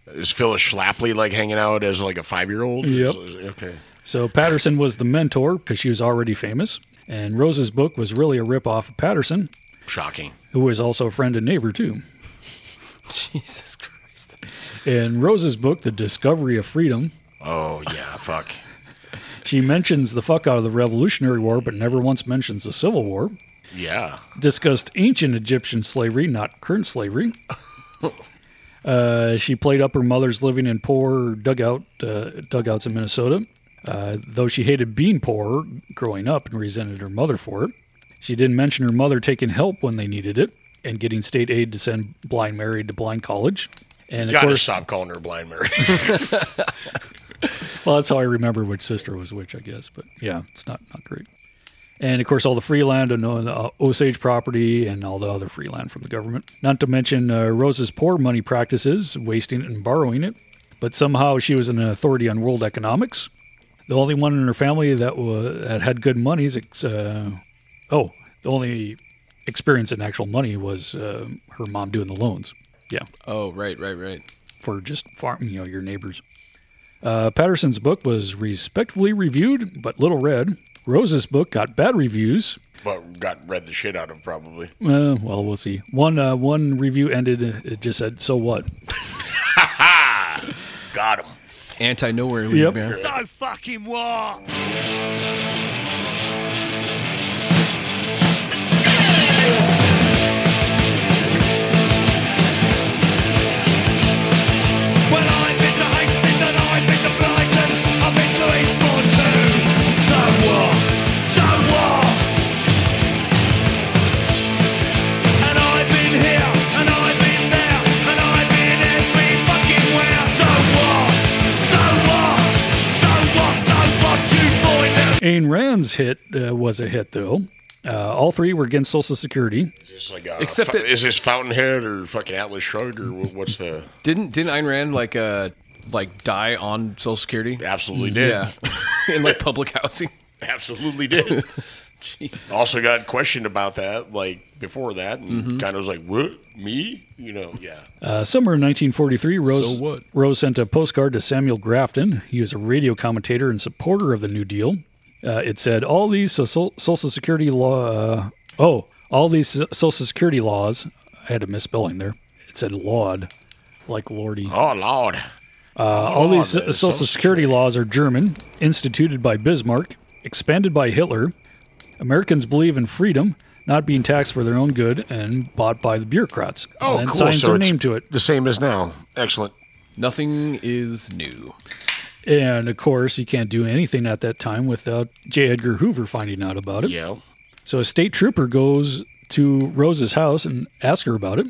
Is Phyllis Schlafly like hanging out as like a five year old?
Yep.
Okay.
So Patterson was the mentor because she was already famous, and Rose's book was really a rip-off of Patterson,
Shocking.
who was also a friend and neighbor too.
Jesus Christ.
In Rose's book, The Discovery of Freedom,
Oh yeah. Fuck.
she mentions the fuck out of the Revolutionary War, but never once mentions the Civil War.
Yeah.
Discussed ancient Egyptian slavery, not current slavery. Uh, she played up her mother's living in poor dugout uh, dugouts in Minnesota. Uh, though she hated being poor growing up and resented her mother for it, she didn't mention her mother taking help when they needed it and getting state aid to send blind Mary to blind college. And of
Gotta
course,
stop calling her Blind Mary.
Well, that's how I remember which sister was which, I guess. But yeah, it's not not great. And of course, all the free land and all the uh, Osage property and all the other free land from the government. Not to mention uh, Rose's poor money practices, wasting it and borrowing it. But somehow she was an authority on world economics. The only one in her family that was that had good money is ex- uh, oh, the only experience in actual money was uh, her mom doing the loans. Yeah
Oh, right, right, right.
for just farm, you know, your neighbors. Uh, Patterson's book was respectfully reviewed, but little read. Rose's book got bad reviews.
but got read the shit out of probably.
Uh, well, we'll see. One uh, one review ended. uh, It just said, "So what?"
Got him.
Anti nowhere league,
Yep.
man.
So fucking what?
Well, I've been to Hastings and I've been to Brighton. I've been to Eastbourne too. So what? So what? And I've been here and I've been there and I've been every fucking where. So what? So what? So what? So what? You boy now.
Ayn Rand's hit uh, was a hit, though. Uh, all three were against Social Security.
Is this like a,
Except
fu-
that-
is this Fountainhead or fucking Atlas Shrugged or wh- what's the?
Didn't didn't Ayn Rand like uh like die on Social Security?
Absolutely did.
Yeah. In like public housing.
Absolutely did.
Jesus.
also got questioned about that like before that and
Mm-hmm.
kind of was like, what me? You know? Yeah.
Uh, summer of 1943, Rose,
So what?
Rose sent a postcard to Samuel Grafton. He was a radio commentator and supporter of the New Deal. Uh, it said, "All these so- so- Social Security law, uh, oh, all these so- Social Security laws." I had a misspelling there. It said "laud," like "lordy."
Oh Lord.
All these
man,
uh, social
Social
security laws are German, instituted by Bismarck, expanded by Hitler. Americans believe in freedom, not being taxed for their own good, and bought by the bureaucrats. and then signs their name to it.
The same as now. Excellent.
Nothing is new.
And of course, you can't do anything at that time without J. Edgar Hoover finding out about it.
Yeah.
So a state trooper goes to Rose's house and asks her about it.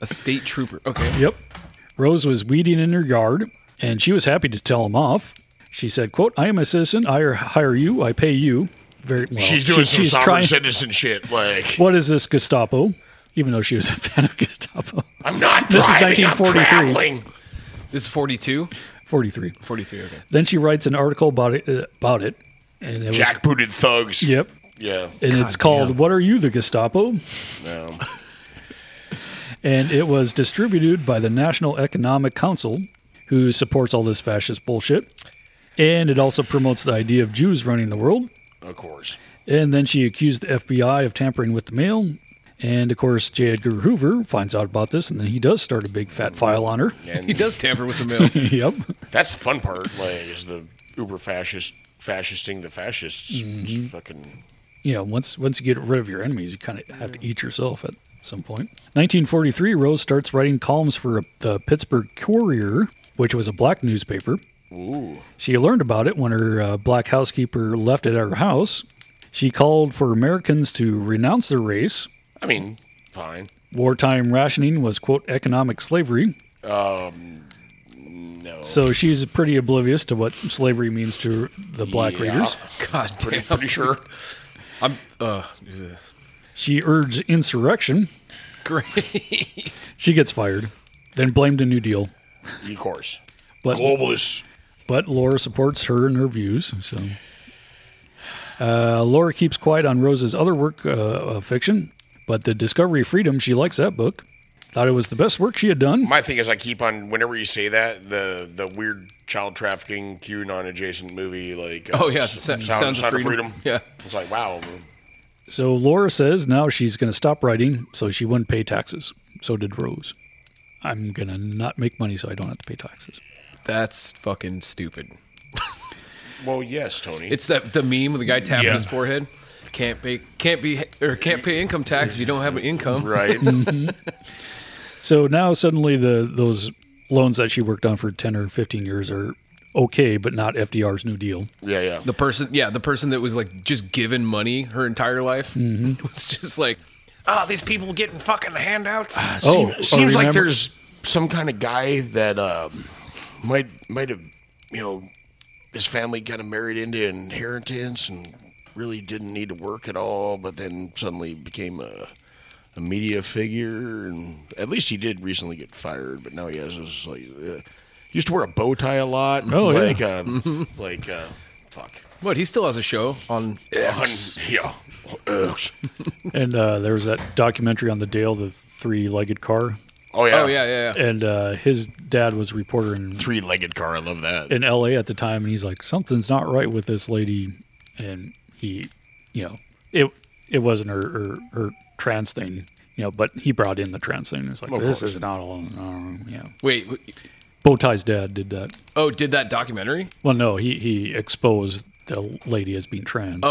A state trooper. Okay.
Yep. Rose was weeding in her yard, and she was happy to tell him off. She said, "quote I am a citizen. I hire- hire you. I pay you." Very. Well,
She's doing some
she-
sovereign
trying-
citizen shit. Like
What is this Gestapo? Even though she was a fan of Gestapo,
I'm not
This is
driving. I'm
1943.
traveling.
This is 42?
forty-three.
43, okay.
Then she writes an article about it. uh, About it, and it was.
Jackbooted thugs.
Yep.
Yeah.
And it's called "What Are You, the Gestapo?"
No.
and it was distributed by the National Economic Council, who supports all this fascist bullshit. And it also promotes the idea of Jews running the world.
Of course.
And then she accused the FBI of tampering with the mail. And of course, J. Edgar Hoover finds out about this, and then he does start a big fat file on her.
He does tamper with the mail.
yep.
That's the fun part. Like is the uber fascist fascisting the fascists. It's fucking
You know, once once you get rid of your enemies, you kind of have to eat yourself at some point. 1943, Rose starts writing columns for the Pittsburgh Courier, which was a black newspaper. She learned about it when her uh, black housekeeper left at her house. She called for Americans to renounce their race.
I mean, fine.
Wartime rationing was, quote, economic slavery.
Um, No.
So she's pretty oblivious to what slavery means to the black
Yeah.
readers.
God
Pretty,
damn.
pretty sure.
I'm. Uh, ugh.
She urged insurrection.
great.
She gets fired, then blamed a New Deal.
Of course.
But
Globalists.
but Laura supports her and her views. So uh, Laura keeps quiet on Rose's other work uh, of fiction, but the Discovery of Freedom, she likes that book. Thought it was the best work she had done.
My thing is, I keep on whenever you say that the the weird child trafficking QAnon adjacent movie like uh,
Oh, yeah,
S-
Sa- Sounds of Freedom. Yeah.
it's like wow,
So Laura says now she's going to stop writing, so she wouldn't pay taxes. So did Rose. I'm going to not make money, so I don't have to pay taxes.
That's fucking stupid.
well yes Tony,
It's that the meme with the guy tapping
Yeah.
his forehead. Can't pay, can't be, or can't pay income tax if you don't have an income.
right.
So now suddenly the those loans that she worked on for 10 or 15 years are okay, but not FDR's New Deal.
yeah, yeah.
The person, yeah, the person that was like just given money her entire life was just like, oh, these people getting fucking handouts.
Oh, oh,
Seem- seems like
remember-
there's some kind of guy that um, might might have you know his family kind of married into inheritance and really didn't need to work at all, but then suddenly became a a media figure and at least he did recently get fired, but now he has his like uh, he used to wear a bow tie a lot,
Oh, yeah.
like uh, like uh, fuck.
What? He still has a show on.
Hun- yeah. Ugh.
And uh, there was that documentary on the Dale, the three-legged car,
Oh yeah.
Oh yeah, yeah, yeah.
and uh, his dad was a reporter in,
Three-legged car, I love that.
in L.A. at the time, and he's like, "Something's not right with this lady," and he, you know, it it wasn't her her, her trans thing, you know, but he brought in the trans thing. It's like
Of
this
course.
is not all, um, you know.
Wait, w-
Bowtie's dad did that.
oh, did that documentary?
Well, no, he he exposed the lady as being trans,
Oh,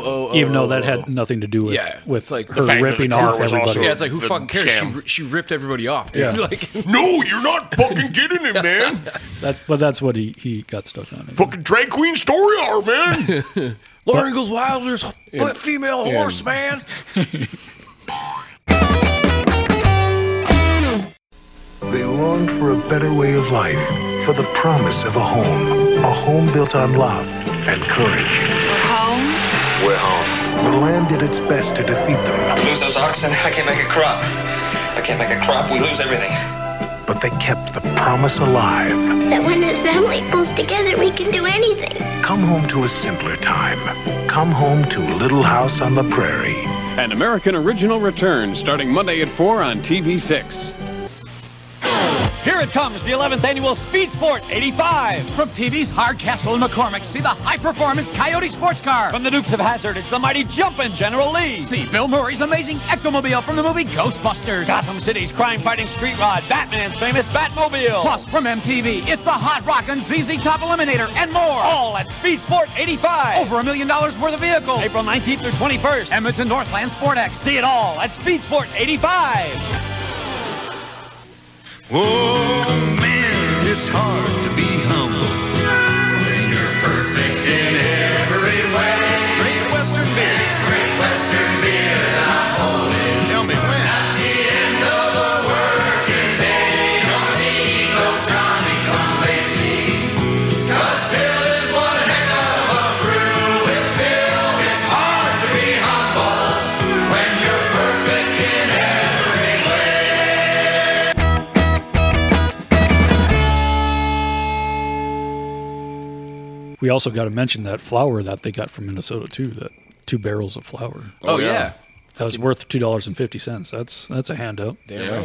oh, oh
even though
oh,
that
oh,
had
oh.
nothing to do with
Yeah, it's
with
like-
like
The
her
fact that the
ripping
car
off
was
everybody.
also-
Yeah, it's like who
The
fucking cares?
scam.
She, she ripped everybody off, dude.
Yeah.
Like,
No, you're not fucking getting it, man.
That's- but that's what he, he got stuck on.
fucking drag queen story hour, man.
Laura Ingalls Wilder's f- female horse, man.
They long for a better way of life, for the promise of a home, Oh, a home built on love and courage.
home.
We're home. The land did its best to defeat them,
lose those oxen, I can't make a crop. I can't make a crop, we lose everything.
but they kept the promise alive.
that when this family pulls together, we can do anything.
Come home to a simpler time. Come home to Little House on the Prairie.
An American Original returns starting Monday at 4 on TV6.
Here it comes, the 11th annual Speed Sport 85. From TV's Hardcastle and McCormick, see the high-performance Coyote sports car. From the Dukes of Hazard, it's the mighty Jumpin' General Lee. See Bill Murray's amazing Ectomobile from the movie Ghostbusters. Gotham City's crime-fighting street rod, Batman's famous Batmobile. Plus, from MTV, it's the Hot Rockin' ZZ Top Eliminator and more. All at Speed Sport 85. Over a million dollars worth of vehicles. April 19th through 21st. Edmonton Northland SportX. See it all at Speed Sport 85. Oh,
We also got to mention that flour that they got from Minnesota too. That two barrels of flour
Oh, yeah.
that was worth two dollars and fifty cents. That's that's a handout.
Damn right.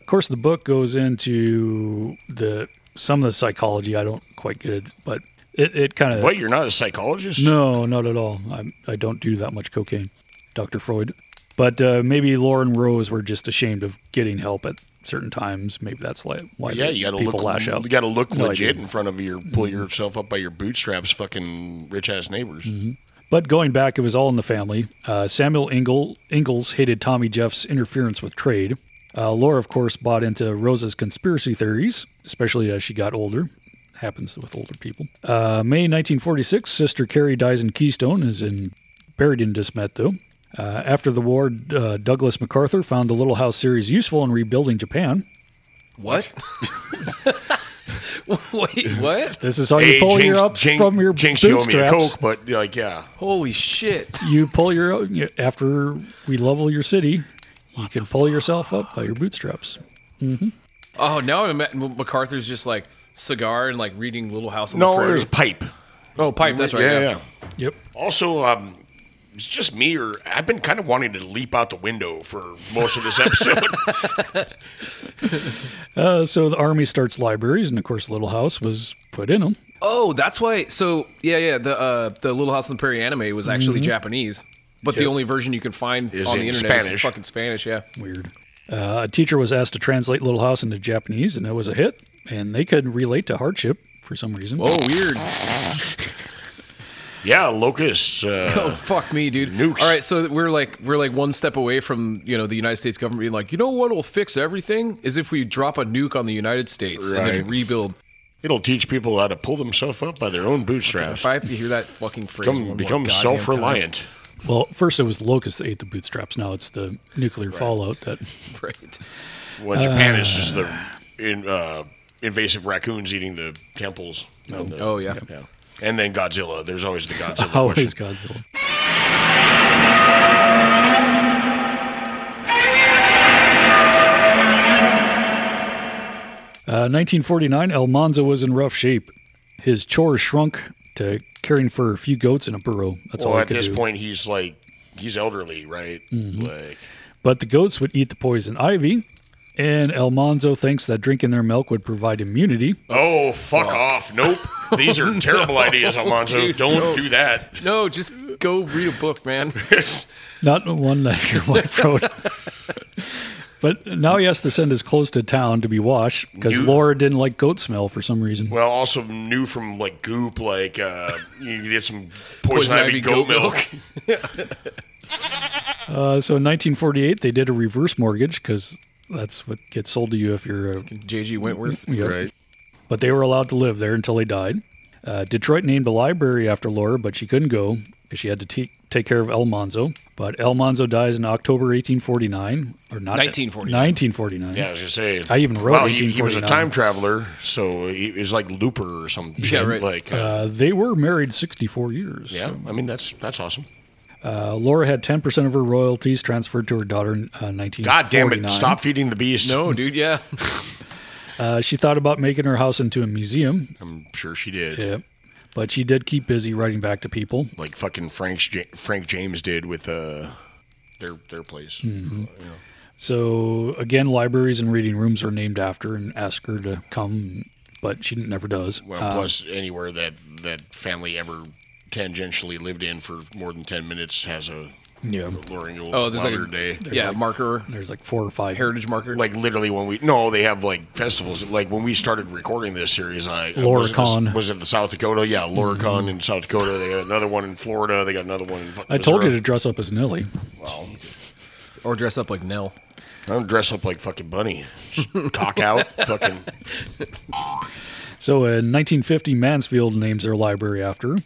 Of course, the book goes into the some of the psychology. I don't quite get it, but it, it kind of
Wait, you're not a psychologist?
no, not at all. I I don't do that much cocaine, Doctor Freud. But uh, maybe Lauren Rose were just ashamed of getting help at certain times. Maybe that's like why
Yeah,
they-
you gotta
people
look.
lash out.
You gotta look
No
legit
idea.
in front of your pull yourself up by your bootstraps, fucking rich ass neighbors.
Mm-hmm. But going back, it was all in the family. Uh, Samuel Ingle, Ingalls hated Tommy Jeff's interference with trade. Uh, Laura, of course, bought into Rose's conspiracy theories, especially as she got older. happens with older people. Uh, May 1946, Sister Carrie dies in Keystone, is in, buried in Dismetto. Uh, after the war, uh, Douglas MacArthur found the Little House series useful in rebuilding Japan.
What? Wait, what?
This is how you pull your ups from your
Jinx you owe me a
bootstraps.
coke, but like yeah,
Holy shit.
You pull your own after we level your city. You can pull yourself up by your bootstraps.
Oh, now I'm at MacArthur's just like cigar and like reading Little House on the
no,
Prairie.
there's pipe.
oh, pipe. That's right.
yeah,
Yeah.
yeah.
Yep.
Also, um, it's just me, or I've been kind of wanting to leap out the window for most of this episode.
Uh, so the army starts libraries, and of course, Little House was put in them.
Oh, that's why. So yeah, yeah. The uh, the Little House on the Prairie anime was actually Japanese, but the only version you can find
Mm-hmm. Is
on the
in
internet is
Spanish.
fucking Spanish. Yeah.
Weird. Uh, a teacher was asked to translate Little House into Japanese, and it was a hit. And they could relate to hardship for some reason.
Oh, weird.
yeah, locusts. Uh,
oh fuck me, dude.
nukes.
All right, so we're like we're like one step away from you know the United States government being like, you know what will fix everything is if we drop a nuke on the United States and then
Right.
rebuild.
It'll teach people how to pull themselves up by their own bootstraps.
If I have to hear that fucking phrase, one more
Become, become
goddamn time.
self-reliant.
Well, first it was locusts that ate the bootstraps. Now it's the nuclear fallout that
right?
When Japan is just the in, uh, invasive raccoons eating the temples. And the-
Oh yeah.
yeah. And then Godzilla. There's always the Godzilla
always
question.
Godzilla. Uh, 1949, Almanza was in rough shape. His chores shrunk to caring for a few goats in a burrow. That's all
Well,
he
at
could
this
do.
point, he's like he's elderly, right? Like
But the goats would eat the poison ivy, and Almanzo thinks that drinking their milk would provide immunity.
Oh, fuck off. Nope. These are terrible ideas, Alonzo.
dude,
don't
no.
do that.
No, just go read a book, man.
Not one that your wife wrote. but now he has to send his clothes to town to be washed because
You-
Laura didn't like goat smell for some reason.
Well, also new from like goop, like uh, you can get some poison,
Poison
ivy,
ivy goat
goat, milk.
milk.
Uh, so in 1948, they did a reverse mortgage because that's what gets sold to you if you're a.
J.G. Wentworth.
you know. But they were allowed to live there until they died. Uh, Detroit named a library after Laura, but she couldn't go because she had to te- take care of Elmonzo. But Elmonzo dies in October 1849, or not
1949.
1949.
Yeah, I was gonna say.
I even wrote
Wow, he, he was a
1849.
time traveler, so he was like Looper or some shit.
right.
Like, uh,
Uh, they were married 64 years.
yeah, I mean that's that's awesome.
Uh, Laura had 10% of her royalties transferred to her daughter in uh, 1949.
God damn it! Stop feeding the beast.
No, dude. Yeah.
Uh, she thought about making her house into a museum.
I'm sure she did.
Yeah. But she did keep busy writing back to people.
Like fucking Frank's Ja- Frank James did with uh, their their place.
Mm-hmm.
So again, libraries and reading rooms are named after and ask her to come, but she never does.
Well,
Uh,
plus anywhere that that family ever tangentially lived in for more than ten minutes has a
yeah,
luring little
Oh, there's like a
day.
yeah marker,
there's like four or five.
heritage marker.
Like literally when we no, they have like festivals. Like when we started recording this series, I was it,
Loricon. Mm-hmm.
the- was it the South Dakota? Yeah, Loricon in South Dakota. They got another one in Florida. They got another one in.
I told you to dress up as Nelly.
Jesus. Or dress up like Nell.
I don't dress up like fucking bunny. Just cock out, fucking.
So in 1950, Mansfield names their library after. her.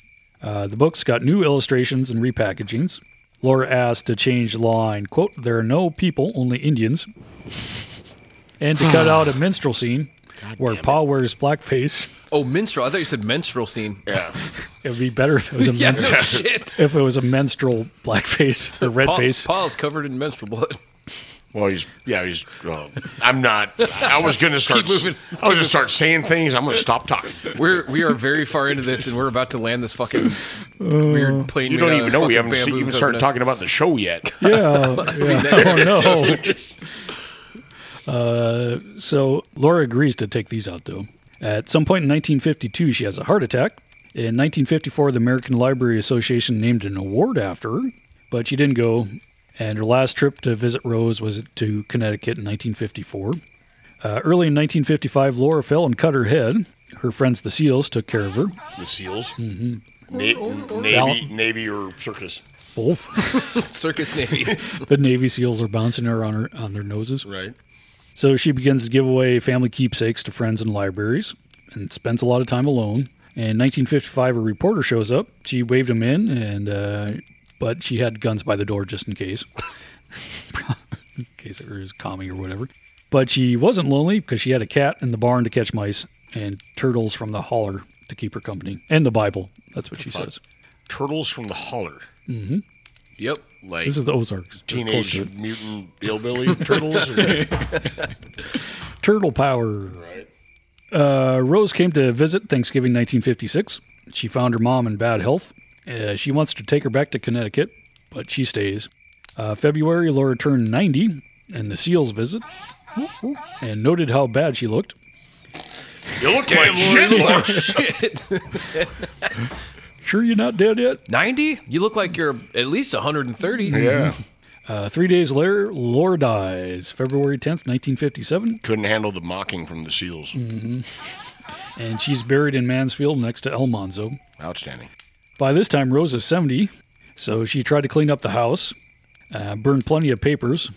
Uh, the book's got new illustrations and repackagings. Laura asked to change the line, quote, there are no people, only Indians. And to cut out a minstrel scene where Pa wears blackface.
Oh, minstrel. I thought you said menstrual scene.
Yeah,
It would be better if it was a
Yeah,
minstrel.
no shit.
If it was a menstrual blackface or red
Paul,
face,
Paul's covered in menstrual blood.
Well, he's yeah, he's. Well, I'm not. I was gonna start.
moving.
I was gonna start saying things. I'm gonna stop talking.
We're we are very far into this, and we're about to land this fucking
Uh,
weird plane.
You
made
don't
out
even
of
know we
fucking
haven't se-
bamboo
even
coconuts.
started talking about the show yet.
yeah, yeah. oh no. Uh, so Laura agrees to take these out though. At some point in 1952, she has a heart attack. In 1954, the American Library Association named an award after her, but she didn't go. And her last trip to visit Rose was to Connecticut in 1954. Uh, early in 1955, Laura fell and cut her head. Her friends, the SEALs, took care of her.
The seals,
Mm-hmm.
Na- navy,
Val-
navy or circus,
Both.
Circus Navy.
the Navy SEALs are bouncing her on her on their noses.
right?
So she begins to give away family keepsakes to friends and libraries. and spends a lot of time alone. In 1955, a reporter shows up. She waved him in, and uh, but she had guns by the door just in case, in case it was commie or whatever. But she wasn't lonely because she had a cat in the barn to catch mice and turtles from the holler to keep her company, and the Bible. That's what she says.
Turtles from the holler.
Mm-hmm.
Yep.
Like
This is the Ozarks. They're close
Teenage
to it.
mutant hillbilly turtles. or-
Turtle power. Uh, Rose came to visit Thanksgiving 1956. She found her mom in bad health. Uh, she wants to take her back to Connecticut, but she stays. Uh, February, Laura turned 90, and the SEALs visit and noted how bad she looked.
you look like shit, Lord.
Shit.
Sure, you're not dead yet?
90? You look like you're at least 130.
Yeah.
Uh, three days later, Laura dies, February 10th, 1957,
Couldn't handle the mocking from the seals.
Mm.
and she's buried in Mansfield next to El Monzo.
Outstanding.
By this time, Rose is 70, so she tried to clean up the house, uh, burned plenty of papers,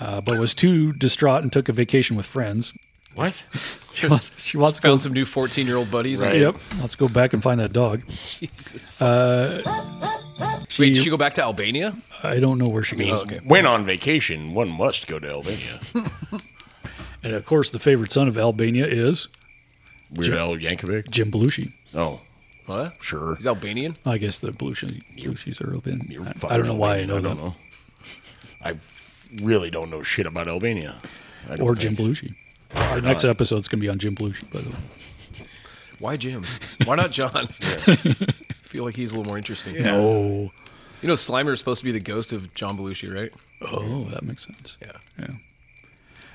uh, but was too distraught and took a vacation with friends.
What?
She wants, she wants to go.
Found some new 14 year old buddies.
Right.
Yep, let's go back and find that dog.
Jesus.
She,
Wait, did she go back to Albania?
I don't know where she
Oh,
goes.
When on vacation, one must go to Albania.
And of course, the favorite son of Albania is
Weird Al Yankovic.
Jim Belushi.
Oh,
What?
sure.
He's Albanian?
I guess the Belushi, Belushis are open.
You're
I, I
fucking
don't know why I
Albanian.
know that.
don't know. I really don't know shit about Albania. I don't
Or
think.
Jim Belushi. Our next episode's going to be on Jim Belushi, by the way.
Why Jim? Why not John? I feel like he's a little more interesting.
Oh,
You know, Slimer is supposed to be the ghost of John Belushi, right?
oh, that makes sense.
Yeah.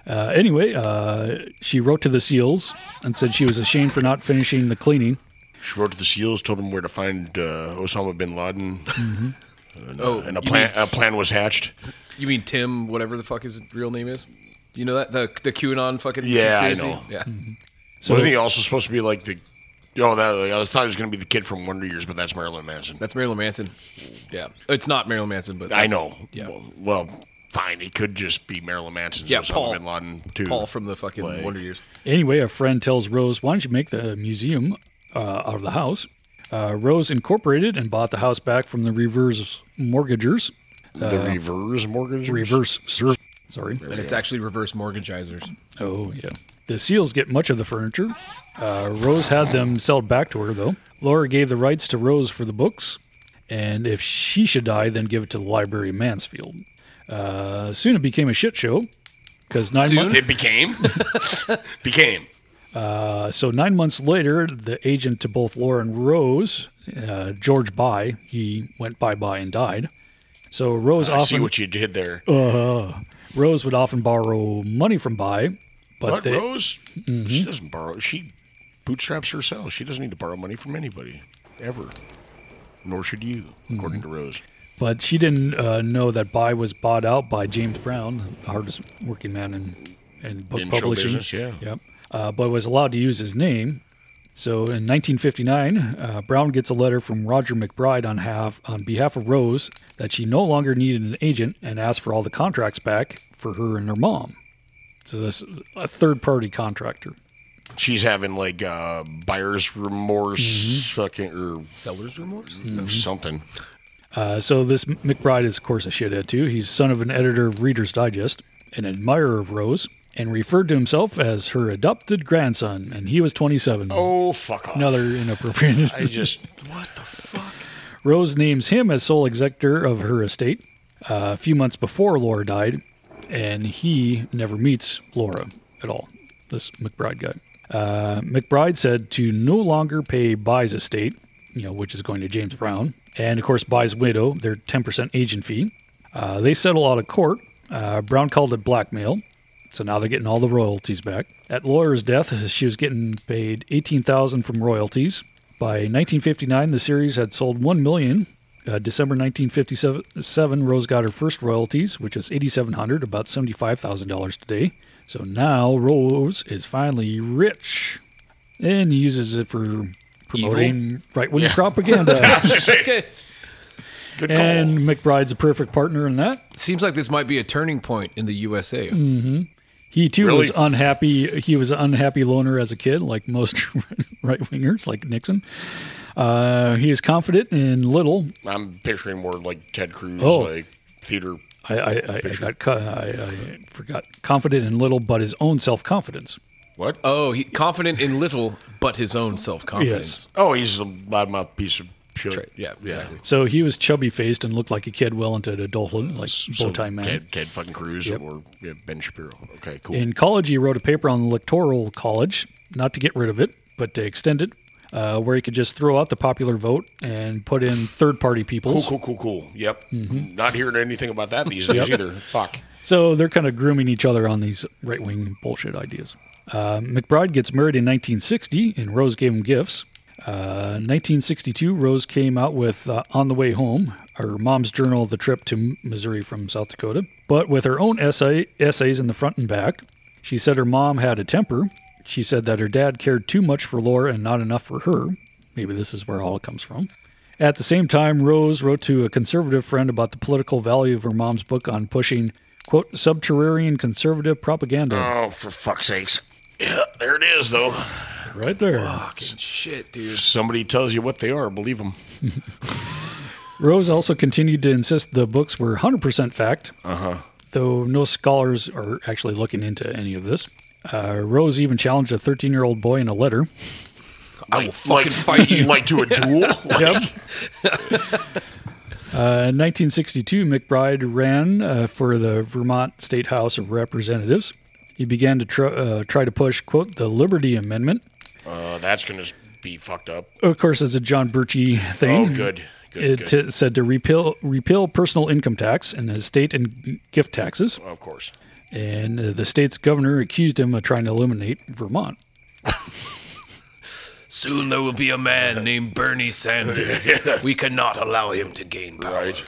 Uh, anyway, uh, she wrote to the SEALs and said she was ashamed for not finishing the cleaning.
She wrote to the SEALs, told them where to find uh, Osama bin Laden,
Oh,
and a
you
plan, a plan was hatched.
mean- You mean Tim, whatever the fuck his real name is? You know that? The, the QAnon fucking
Yeah, I
conspiracy?
know.
Yeah.
So
Wasn't he also supposed to be like the? Oh, that I thought he was going to be the kid from Wonder Years, but that's Marilyn Manson.
That's Marilyn Manson. Yeah. It's not Marilyn Manson, but
I
that's-
know.
Yeah.
Well, well, fine. It could just be Marilyn Manson's
Yeah,
Osama
Paul.
bin Laden too.
Paul from the fucking
Like-
Wonder Years.
anyway, a friend tells Rose, "Why don't you make the museum uh, out of the house?" Uh, Rose incorporated and bought the house back from the reverse mortgagers.
the reverse mortgage.
Reverse, sir. Sorry.
And it's actually reverse mortgagizers.
Oh yeah. The seals get much of the furniture. Uh, Rose had them sell back to her though. Laura gave the rights to Rose for the books, and if she should die, then give it to the library in Mansfield. Uh, soon it became a shit show because nine
Soon?
months.
It became became.
Uh, So nine months later, the agent to both Laura and Rose, uh, George By, he went bye bye and died. So Rose
I see
often
what you did there.
Rose would often borrow money from By, but
But
they, Mm-hmm.
Rose, she doesn't borrow. She bootstraps herself. She doesn't need to borrow money from anybody ever. Nor should you, according
Mm-hmm.
to Rose.
but she didn't uh, know that By was bought out by James Brown, the hardest working man in in book
In show
publishing.
business, yeah.
Yep. Uh, but was allowed to use his name. So in 1959, uh, Brown gets a letter from Roger McBride on half on behalf of Rose that she no longer needed an agent and asked for all the contracts back for her and her mom. So this a third party contractor.
She's having like uh, buyer's remorse,
Mm-hmm.
fucking or
Seller's remorse?
something.
Uh, so this M- McBride is, of course, a shithead too. He's son of an editor of Reader's Digest, an admirer of Rose, and referred to himself as her adopted grandson. And he was 27.
Oh fuck off!
Another inappropriate.
I just
Rose names him as sole executor of her estate uh, a few months before Laura died, and he never meets Laura at all, this McBride guy. Uh, McBride said to no longer pay Buy's estate, you know, which is going to James Brown, and of course Buy's widow, their 10% agent fee. Uh, they settle out of court. Uh, Brown called it blackmail. So now they're getting all the royalties back. At Laura's death, she was getting paid eighteen thousand from royalties. By 1959, the series had sold one million. Uh, December 1957, Rose got her first royalties, which is 8,700, about seventy-five thousand dollars today. So now Rose is finally rich, and uses it for promoting right-wing propaganda.
Okay.
good call.
and McBride's a perfect partner in that.
Seems like this might be a turning point in the USA.
He too
Really?
was unhappy. He was an unhappy loner as a kid, like most right wingers, like Nixon. Uh, he is confident in little.
I'm picturing more like Ted Cruz,
Oh.
like theater.
I, I, I, I got. cu- I, I forgot. Confident in little, but his own self confidence.
What?
Oh, he, confident in little, but his own self confidence.
Oh, he's a loudmouth piece of shit.
Yeah, exactly.
So he was chubby faced and looked like a kid well into adulthood, like bow
So
tie man.
Ted, Ted fucking Cruz or yeah, Ben Shapiro. Okay, cool.
In college, he wrote a paper on the electoral college, not to get rid of it, but to extend it, uh, where he could just throw out the popular vote and put in third party
cool,
peoples.
cool, cool, cool. Yep.
Mm-hmm.
Not hearing anything about that these days either. Fuck.
So they're kind of grooming each other on these right wing bullshit ideas. Uh, McBride gets married in 1960, and Rose gave him gifts. Uh, 1962, Rose came out with uh, On the Way Home, her mom's journal of the trip to Missouri from South Dakota, but with her own essay, essays in the front and back. She said her mom had a temper. She said that her dad cared too much for Laura and not enough for her. Maybe this is where all it comes from. At the same time, Rose wrote to a conservative friend about the political value of her mom's book on pushing, quote, subterranean conservative propaganda.
Oh, for fuck's sakes. Yeah, there it is, though.
Right there.
Fucking shit, dude.
Somebody tells you what they are, believe them.
Rose also continued to insist the books were 100% fact, though no scholars are actually looking into any of this. Uh, Rose even challenged a 13 year old boy in a letter.
I will fucking fight you.
Like to a duel? Like,
Uh, in 1962, McBride ran uh, for the Vermont State House of Representatives. He began to tr- uh, try to push, quote, the Liberty Amendment.
uh, that's going to be fucked up.
Of course, it's a John Birchie
Oh,
thing.
good. Good,
it
good.
t- said to repeal repeal personal income tax and estate and gift taxes,
of course.
and uh, the state's governor accused him of trying to eliminate Vermont.
Soon there will be a man named Bernie Sanders. We cannot allow him to gain power.
Right.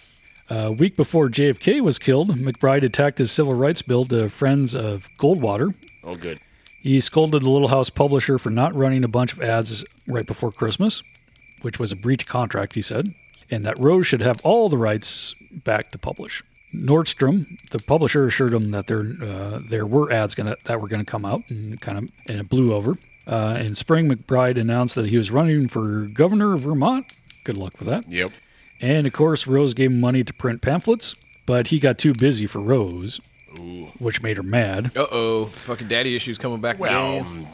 Uh, A week before JFK was killed, McBride attacked his civil rights bill to friends of Goldwater.
Oh, good.
He scolded the Little House publisher for not running a bunch of ads right before Christmas, which was a breach of contract, he said, and that Rose should have all the rights back to publish. Nordstrom, the publisher, assured him that there uh, there were ads gonna, that were going to come out, and kind of and it blew over. Uh, in spring, McBride announced that he was running for governor of Vermont. Good luck with that.
Yep.
And of course, Rose gave him money to print pamphlets, but he got too busy for Rose, which made her mad.
Uh oh. Fucking daddy issues coming back
Well,
again.
um,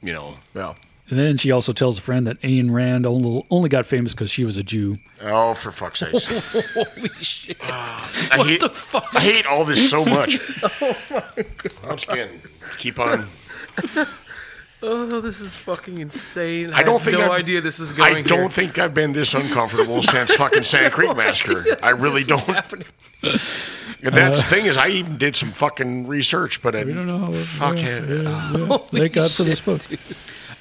you know.
Well.
And then she also tells a friend that Ayn Rand only, only got famous because she was a Jew.
Oh, for fuck's sakes. Ah,
Holy shit.
I
What
hate,
the fuck?
I hate all this so much. oh, my God. Once again, keep on.
Oh, this is fucking insane. I,
I don't
have
think
no
I've-
idea this is going
I don't
here.
think I've been this uncomfortable since fucking Sand Creek Massacre. I really
This is
don't.
happening.
And that's the thing is, I even did some fucking research, but I don't know. Fuck it.
Thank God for this book.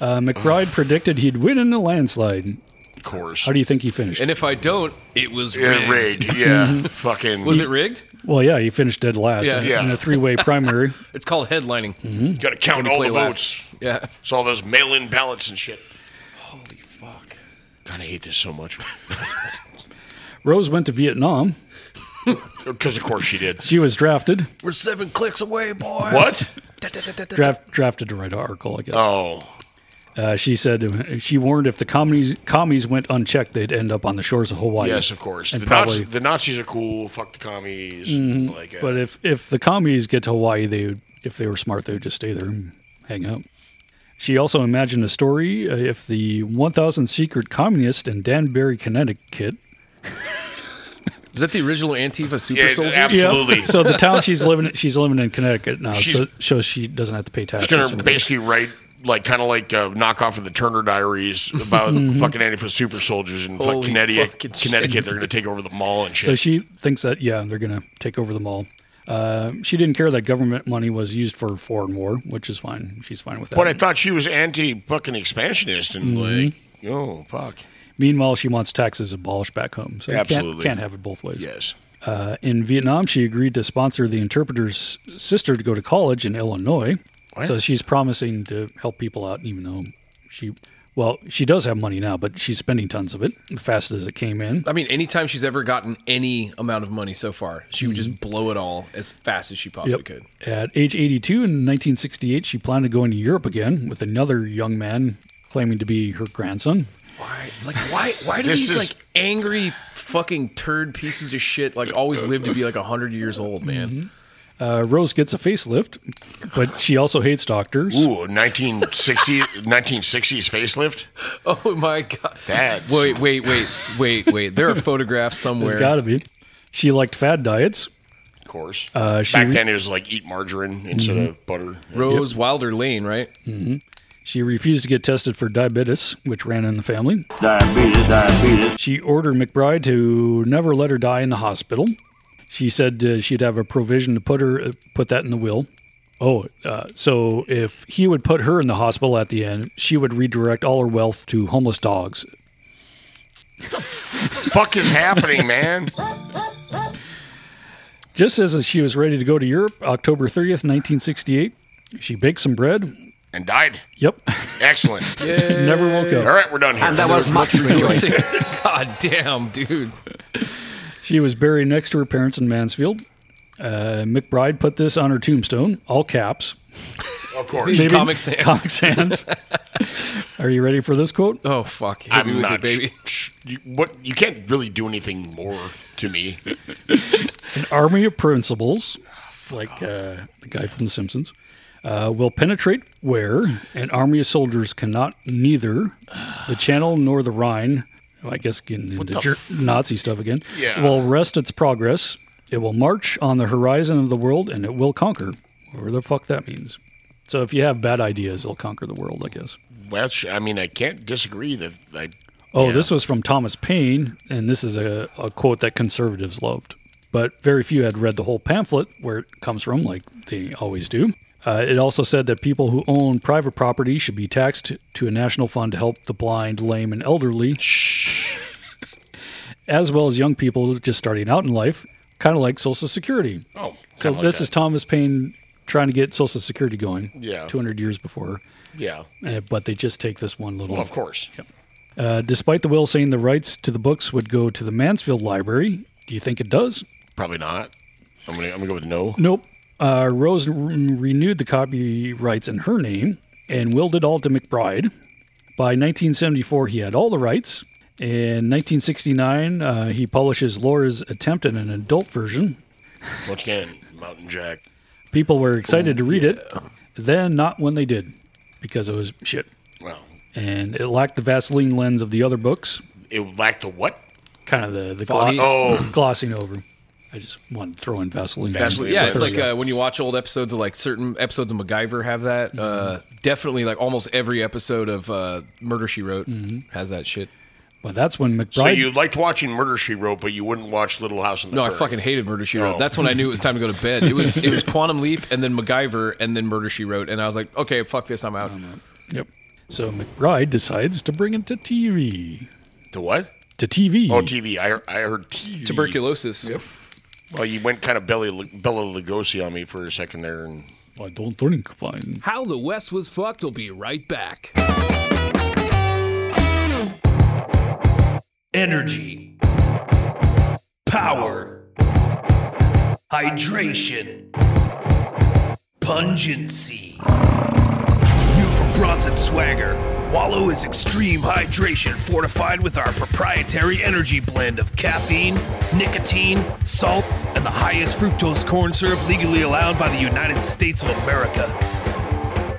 Uh, McBride predicted he'd win in a landslide.
Of course.
How do you think he finished?
And if I don't, it was rigged.
yeah, rigged. Yeah. fucking.
Was it rigged?
well, yeah, he finished dead last
Yeah.
in,
Yeah.
in a three-way primary.
It's called headlining.
You got to count
When you
all
play
the
last.
votes.
Yeah.
It's all those mail-in ballots and shit.
Holy fuck.
God, I hate this so much.
Rose went to Vietnam.
Because of course she did.
She was drafted.
We're seven clicks away, boys.
What?
Draft, drafted to write an article, I guess.
Oh,
Uh, she said she warned if the commies, commies went unchecked, they'd end up on the shores of Hawaii.
yes, of course. The,
And probably,
Nazis, the Nazis are cool. Fuck the commies.
Mm-hmm.
Like, uh,
But if if the commies get to Hawaii, they would, if they were smart, they would just stay there and hang out. She also imagined a story uh, if the 1,000 secret communist in Danbury, Connecticut.
Is that the original Antifa super
Yeah,
soldier?
absolutely. Absolutely.
so the town she's living she's living in Connecticut now,
She's-
so, so she doesn't have to pay taxes.
It's
or
gonna
whatever.
basically write like kind of like a knockoff of the Turner Diaries about fucking Antifa super soldiers in fuck
Mm-hmm. Holy
Connecticut.
fucking shit.
Connecticut, they're gonna take over the mall and shit.
So she thinks that yeah, they're gonna take over the mall. Uh, she didn't care that government money was used for foreign war, which is fine. She's fine with that.
but I thought she was anti fucking expansionist and
Mm-hmm.
like, oh fuck,
Meanwhile, she wants taxes abolished back home. So you can't,
Absolutely.
can't have it both ways.
yes.
Uh, in Vietnam, she agreed to sponsor the interpreter's sister to go to college in Illinois. So she's promising to help people out, even though she Well, she does have money now, but she's spending tons of it, as fast as it came in.
I mean, anytime she's ever gotten any amount of money so far, she would just blow it all as fast as she possibly
Mm-hmm. Yep.
could.
At age 82 in 1968, she planned to go into Europe again with another young man claiming to be her grandson.
Why? Like, why? Why do
This
these
is-
like angry fucking turd pieces of shit like always live to be like hundred years old, man?
Uh, Rose gets a facelift, but she also hates doctors.
Ooh, 1960, 1960s facelift?
Mm-hmm.
Oh my god!
That's-
Wait, wait, wait, wait, wait. There are photographs somewhere.
There's got to be. She liked fad diets.
Of course.
Uh, she
Back
re-
then, it was like eat margarine instead of butter.
Rose Wilder Lane, right?
She refused to get tested for diabetes, which ran in the family.
Diabetes, diabetes.
She ordered McBride to never let her die in the hospital. She said uh, she'd have a provision to put her uh, put that in the will. Oh, uh, so if he would put her in the hospital at the end, she would redirect all her wealth to homeless dogs.
Fuck is happening, man?
Just as she was ready to go to Europe, October 30th, 1968, she baked some bread.
And died.
Yep,
Excellent.
never woke
All
up.
right, we're done here.
And there was much rejoicing.
God damn, dude.
She was buried next to her parents in Mansfield. Uh, McBride put this on her tombstone, all caps.
Of course.
Maybe-
Comic Sans.
Comic Sans. Are you ready for this quote?
Oh fuck! Hit me
I'm
with
not.
it, baby.
sh- sh- you, what you can't really do anything more to me.
Army of principles, like uh, the guy from The Simpsons, uh, will penetrate where an army of soldiers cannot, neither the Channel nor the Rhine. well, I guess getting into Ger- Nazi stuff again.
Yeah.
Will rest its progress. It will march on the horizon of the world, and it will conquer. Whatever the fuck that means. So if you have bad ideas, it'll conquer the world, I guess.
Well, sh- I mean, I can't disagree that I.
Oh, this was from Thomas Paine, and this is a, a quote that conservatives loved. But very few had read the whole pamphlet where it comes from, like they always do. Uh, it also said that people who own private property should be taxed to a national fund to help the blind, lame, and elderly, as well as young people just starting out in life, kind of like Social Security.
Oh,
so
kinda like
this
that.
is Thomas Paine trying to get Social Security going
Yeah.
200 years before,
yeah.
uh, but they just take this one little
Well, of course.
uh, despite the will saying the rights to the books would go to the Mansfield Library, do you think it does?
Probably not. I'm gonna. I'm gonna go with no.
Nope. Uh, Rose r- renewed the copyrights in her name and willed it all to McBride. By 1974, he had all the rights. In 1969, uh, he publishes Laura's attempt at an adult version.
Once again, Mountain Jack.
People were excited to read it, then not when they did, because it was shit.
Well,
And it lacked the Vaseline lens of the other books,
it lacked the what?
kind of the, the
Foggy?
Oh,
glossing over. I just wanted to throw in Vaseline.
Vaseline.
Yeah,
Yeah,
it's
there
like uh, when you watch old episodes of like certain episodes of MacGyver have that.
Mm-hmm.
Uh, definitely, like almost every episode of uh, Murder She Wrote
Mm-hmm.
has that shit.
But that's when McBride.
so you liked watching Murder She Wrote, but you wouldn't watch Little House on the
No, I
Prairie.
fucking hated Murder She Wrote.
Oh.
That's when I knew it was time to go to bed. It was it was Quantum Leap and then MacGyver and then Murder She Wrote, and I was like, okay, fuck this, I'm out.
Oh Yep. So McBride decides to bring it to TV.
the what?
To TV.
Oh, TV. I heard, I heard TV.
Tuberculosis.
Well, you went kind of Bella, Bella Lugosi on me for a second there, and
I don't drink fine.
How the West was fucked will be right back. Energy. Power. Hydration. Pungency. New from Bronson Swagger. Wallow is extreme hydration fortified with our proprietary energy blend of caffeine, nicotine, salt, and the highest fructose corn syrup legally allowed by the United States of America.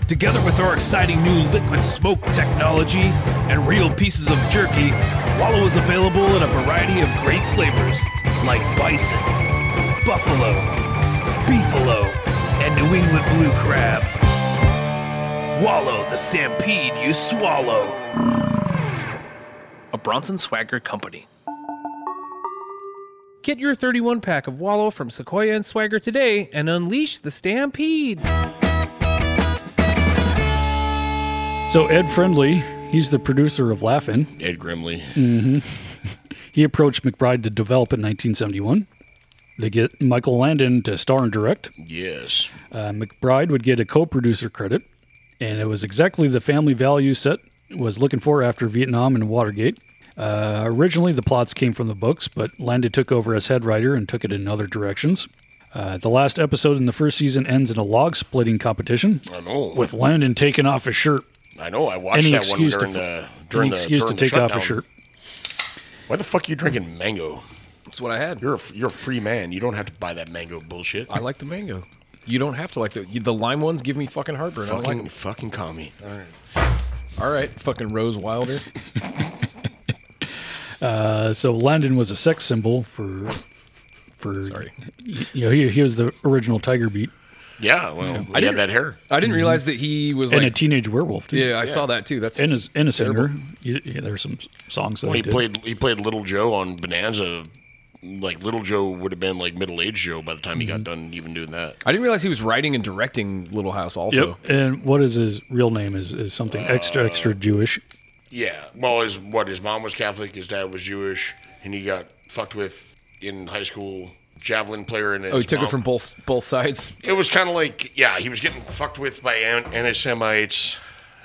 Together with our exciting new liquid smoke technology and real pieces of jerky, Wallow is available in a variety of great flavors like bison, buffalo, beefalo, and New England blue crab. Wallow, the stampede you swallow. A Bronson Swagger Company.
Get your 31 pack of Wallow from Sequoia and Swagger today and unleash the stampede.
So Ed Friendly, he's the producer of Laughing.
Ed Grimley.
He approached McBride to develop in 1971. They get Michael Landon to star and direct.
Yes.
Uh, McBride would get a co-producer credit, and it was exactly the family values set was looking for after Vietnam and Watergate. Uh, originally, the plots came from the books, but Landa took over as head writer and took it in other directions. Uh, the last episode in the first season ends in a log splitting competition.
I know.
With Landon taking off his shirt.
I know. I watched
Any
that one
excuse to
during
fu-
the during
any
the
excuse
during
to
the
take off
shutdown.
a shirt.
Why the fuck are you drinking mango?
That's what I had.
You're a, you're a free man. You don't have to buy that mango bullshit.
I like the mango. You don't have to like the the lime ones. Give me fucking heartburn. I don't
fucking
like
fucking call me. All right.
them. All right, fucking Rose Wilder.
Uh, so Landon was a sex symbol for for sorry. You know, he, he was the original Tiger Beat
Yeah, well,
Yeah.
he
I
had
didn't-
that hair.
I didn't realize that he was
Mm-hmm. and
like
a teenage werewolf. Too.
Yeah, I saw that too. That's
and a, and a
terrible.
singer. You, yeah, there's some songs that
When
he
he
did.
played he played Little Joe on Bonanza, like Little Joe would have been like middle aged Joe by the time
Mm-hmm.
he got done even doing that.
I didn't realize he was writing and directing Little House also.
Yep. And what is his real name? Is is something extra extra Jewish?
Yeah. Well, his what his mom was Catholic, his dad was Jewish, and he got fucked with in high school. Javelin player and his
Oh, he took
mom.
it from both both sides.
It was kind of like, yeah, he was getting fucked with by an- anti-Semites,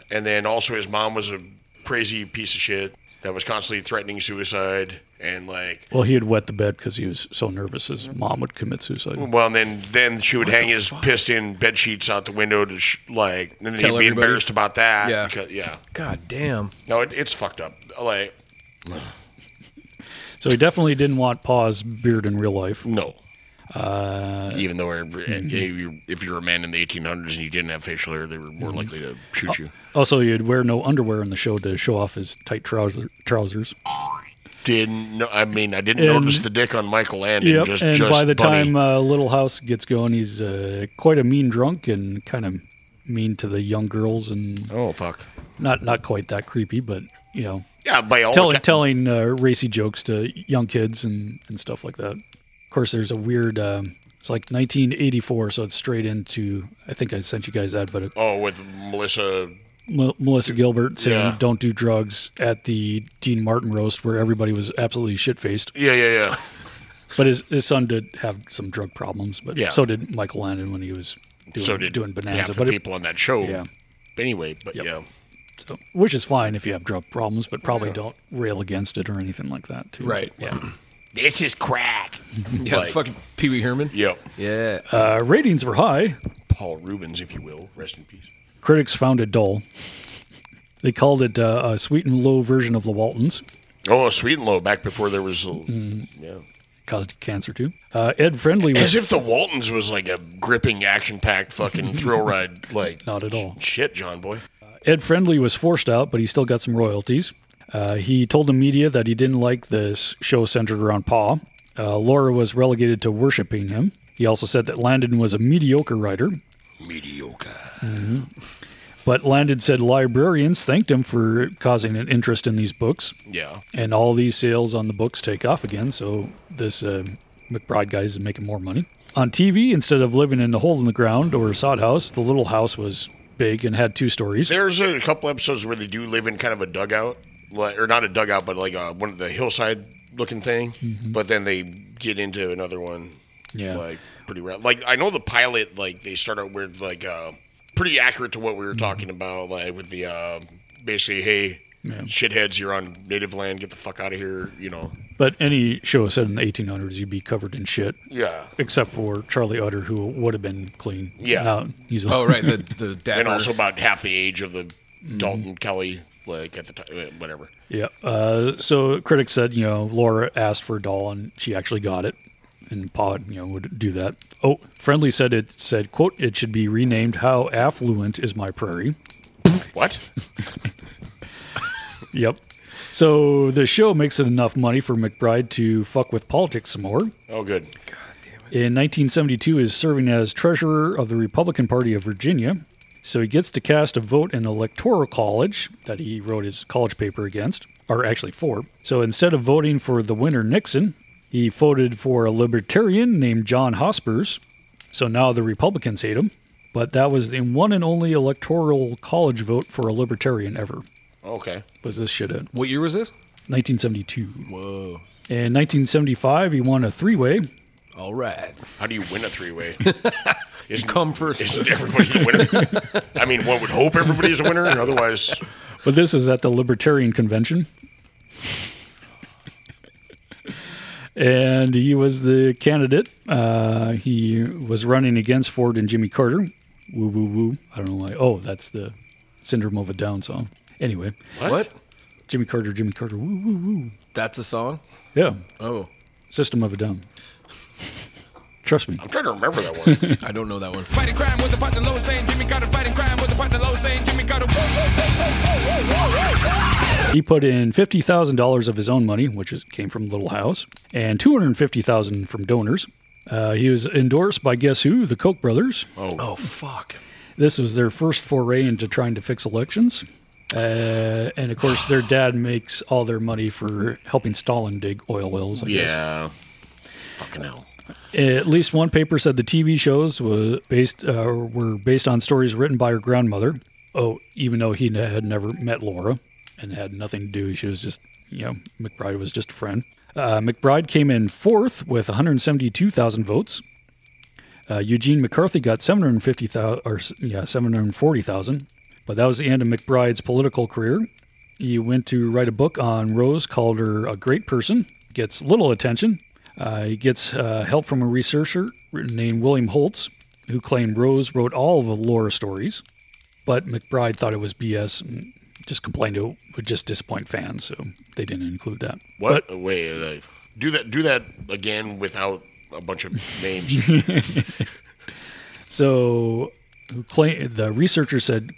and then also his mom was a crazy piece of shit that was constantly threatening suicide, and like,
Well, he had wet the bed because he was so nervous his mom would commit suicide.
well, and then then she would hang his pissed in bed sheets out the window to sh- like, and then
Tell
he'd be
everybody.
embarrassed about that.
Yeah.
because- yeah.
God damn.
No, it, it's fucked up. Like,
So he definitely didn't want Paw's beard in real life.
no.
Uh,
Even though I- if you were a man in the 1800s and you didn't have facial hair, they were
Mm-hmm.
more likely to
Oh.
shoot you.
also, he'd wear no underwear in the show to show off his tight trouser, trousers.
Didn't know. I mean, I didn't
And-
notice the dick on Michael Landon.
Yep.
just,
and
just
by the
funny.
time uh, Little House gets going, he's uh, quite a mean drunk and kind of mean to the young girls and
oh fuck,
not not quite that creepy, but you know,
Yeah, by all
telling
accounts-
telling uh, racy jokes to young kids and, and stuff like that. Of course, there's a weird. Um, it's like 1984, so it's straight into. I think I sent you guys that, but a,
Oh, with Melissa.
Mel- Melissa Gilbert saying
Yeah.
"Don't do drugs" at the Dean Martin roast, where everybody was absolutely shit faced.
Yeah, yeah, yeah.
But his, his son did have some drug problems, but
Yeah.
so did Michael Landon when he was doing,
so did
doing Bonanza.
half the
but it-
people on that show.
Yeah.
But anyway, but yeah.
so- which is fine if you have drug problems, but probably don't rail against it or anything like that. Too.
Right.
Yeah.
This is crack.
Yeah,
Like-
fucking Pee Wee Herman.
Yep.
Yeah.
Uh, ratings were high.
Paul Rubens, if you will, rest in peace.
Critics found it dull. They called it uh, a sweet and low version of The Waltons.
Oh, sweet and low. Back before there was, a,
Mm-hmm.
yeah.
Caused cancer too. Uh, Ed Friendly was
As if the Waltons was like a gripping, action-packed fucking thrill ride. Like
not at all.
shit, John boy.
Ed Friendly was forced out, but he still got some royalties. Uh, he told the media that he didn't like this show centered around Paw. Uh, Laura was relegated to worshiping him. He also said that Landon was a mediocre writer, Mm-hmm.
Mediocre.
but Landon said librarians thanked him for causing an interest in these books.
Yeah.
and all these sales on the books take off again. So this uh, McBride guy is making more money on TV instead of living in a hole in the ground or a sod house. The little house was big and had two stories.
There's a couple episodes where they do live in kind of a dugout, like, or not a dugout, but like uh one of the hillside looking thing. But then they get into another one.
Mm-hmm. Yeah.
Like pretty rad. Like I know the pilot, like they start out with like uh, pretty accurate to what
Mm-hmm.
we were talking about, like with the uh, basically, hey,
Yeah.
shitheads, you're on native land, get the fuck out of here, you know.
But any show set in the 1800s, you'd be covered in shit.
Yeah.
Except for Charlie Utter, who would have been clean.
Yeah.
Now he's
Oh right, the the
And
dapper.
also about half the age of the Dalton Kelly, like at the time, whatever.
yeah. Uh, so critics said, you know, Laura asked for a doll and she actually got it. And Pod, you know, would do that. Oh, Friendly said it said, quote, it should be renamed How Affluent Is My Prairie.
What?
Yep. So the show makes it enough money for McBride to fuck with politics some more.
Oh, good.
In 1972, is serving as treasurer of the Republican Party of Virginia. So he gets to cast a vote in the electoral college that he wrote his college paper against, or actually for. So instead of voting for the winner Nixon, he voted for a libertarian named John Hospers. So now the Republicans hate him. But that was the one and only electoral college vote for a libertarian ever.
Okay.
Was this shit in?
what year was this?
1972.
Whoa.
In 1975, he won a three-way.
All right.
How do you win a three way?
You come first.
Isn't everybody the winner? I mean, one would hope everybody's a winner, and otherwise,
But this is at the Libertarian Convention. and he was the candidate. Uh, he was running against Ford and Jimmy Carter. Woo, woo, woo. I don't know why. Oh, that's the Syndrome of a Down song. Anyway.
What? What?
Jimmy Carter, Jimmy Carter. Woo, woo, woo.
That's a song?
Yeah.
Oh.
System of a Down. Trust me.
I'm trying to remember that one.
I don't know that one.
Fighting crime with the fight the lowest lane. Jimmy Carter fighting crime with the fight the lowest lane. Jimmy Carter. Whoa, whoa, whoa, whoa, whoa, whoa, whoa.
He put in fifty thousand dollars of his own money, which is, came from Little House, and two hundred fifty thousand from donors. Uh, he was endorsed by guess who? The Koch brothers.
Oh. Oh fuck.
This was their first foray into trying to fix elections, uh, and of course, their dad makes all their money for helping Stalin dig oil wells. I guess.
yeah. Fucking hell.
At least one paper said the TV shows was based uh, were based on stories written by her grandmother. Oh, even though he had never met Laura and had nothing to do, she was just you know McBride was just a friend. Uh, McBride came in fourth with 172,000 votes. Uh, Eugene McCarthy got 750,000 or yeah 740,000, but that was the end of McBride's political career. He went to write a book on Rose called her a great person. Gets little attention, uh, he gets uh, help from a researcher named William Holtz, who claimed Rose wrote all of the Laura stories, but McBride thought it was BS and just complained it would just disappoint fans, so they didn't include that.
What? But, Wait, uh, do that. Do that again without a bunch of names.
so who claim, the researcher said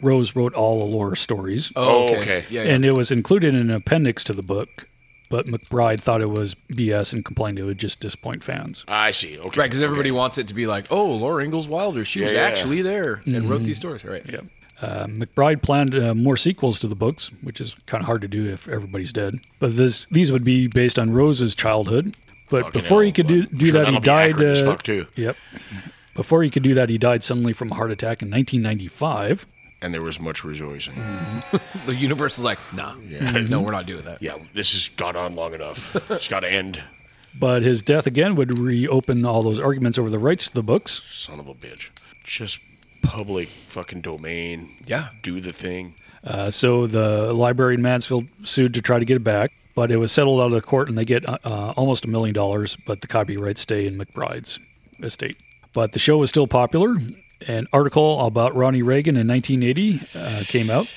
Rose wrote all the Laura stories.
Oh, okay. Yeah, yeah.
And it was included in an appendix to the book but McBride thought it was BS and complained it would just disappoint fans.
Ah, I see. Okay.
Right, because everybody
okay.
wants it to be like, oh, Laura Ingalls Wilder, she
Yeah,
was
yeah, yeah.
actually there and wrote these stories. Right.
Yeah. Uh, McBride planned uh, more sequels to the books, which is kind of hard to do if everybody's dead. But this, these would be based on Rose's childhood. But
Fucking
before he
hell,
could do,
but I'm
do
sure
that, he
that'll be accurate
died.
as
uh,
fuck, too.
Yep. Before he could do that, he died suddenly from a heart attack in 1995.
And there was much rejoicing.
The universe is like, nah, no, we're not doing that.
Yeah, this has gone on long enough. it's got to end.
But his death again would reopen all those arguments over the rights to the books.
Son of a bitch. Just public fucking domain.
Yeah.
Do the thing.
Uh, so the library in Mansfield sued to try to get it back, but it was settled out of court and they get uh, uh, almost a million dollars, but the copyrights stay in McBride's estate. But the show was still popular. An article about Ronnie Reagan in 1980 uh, came out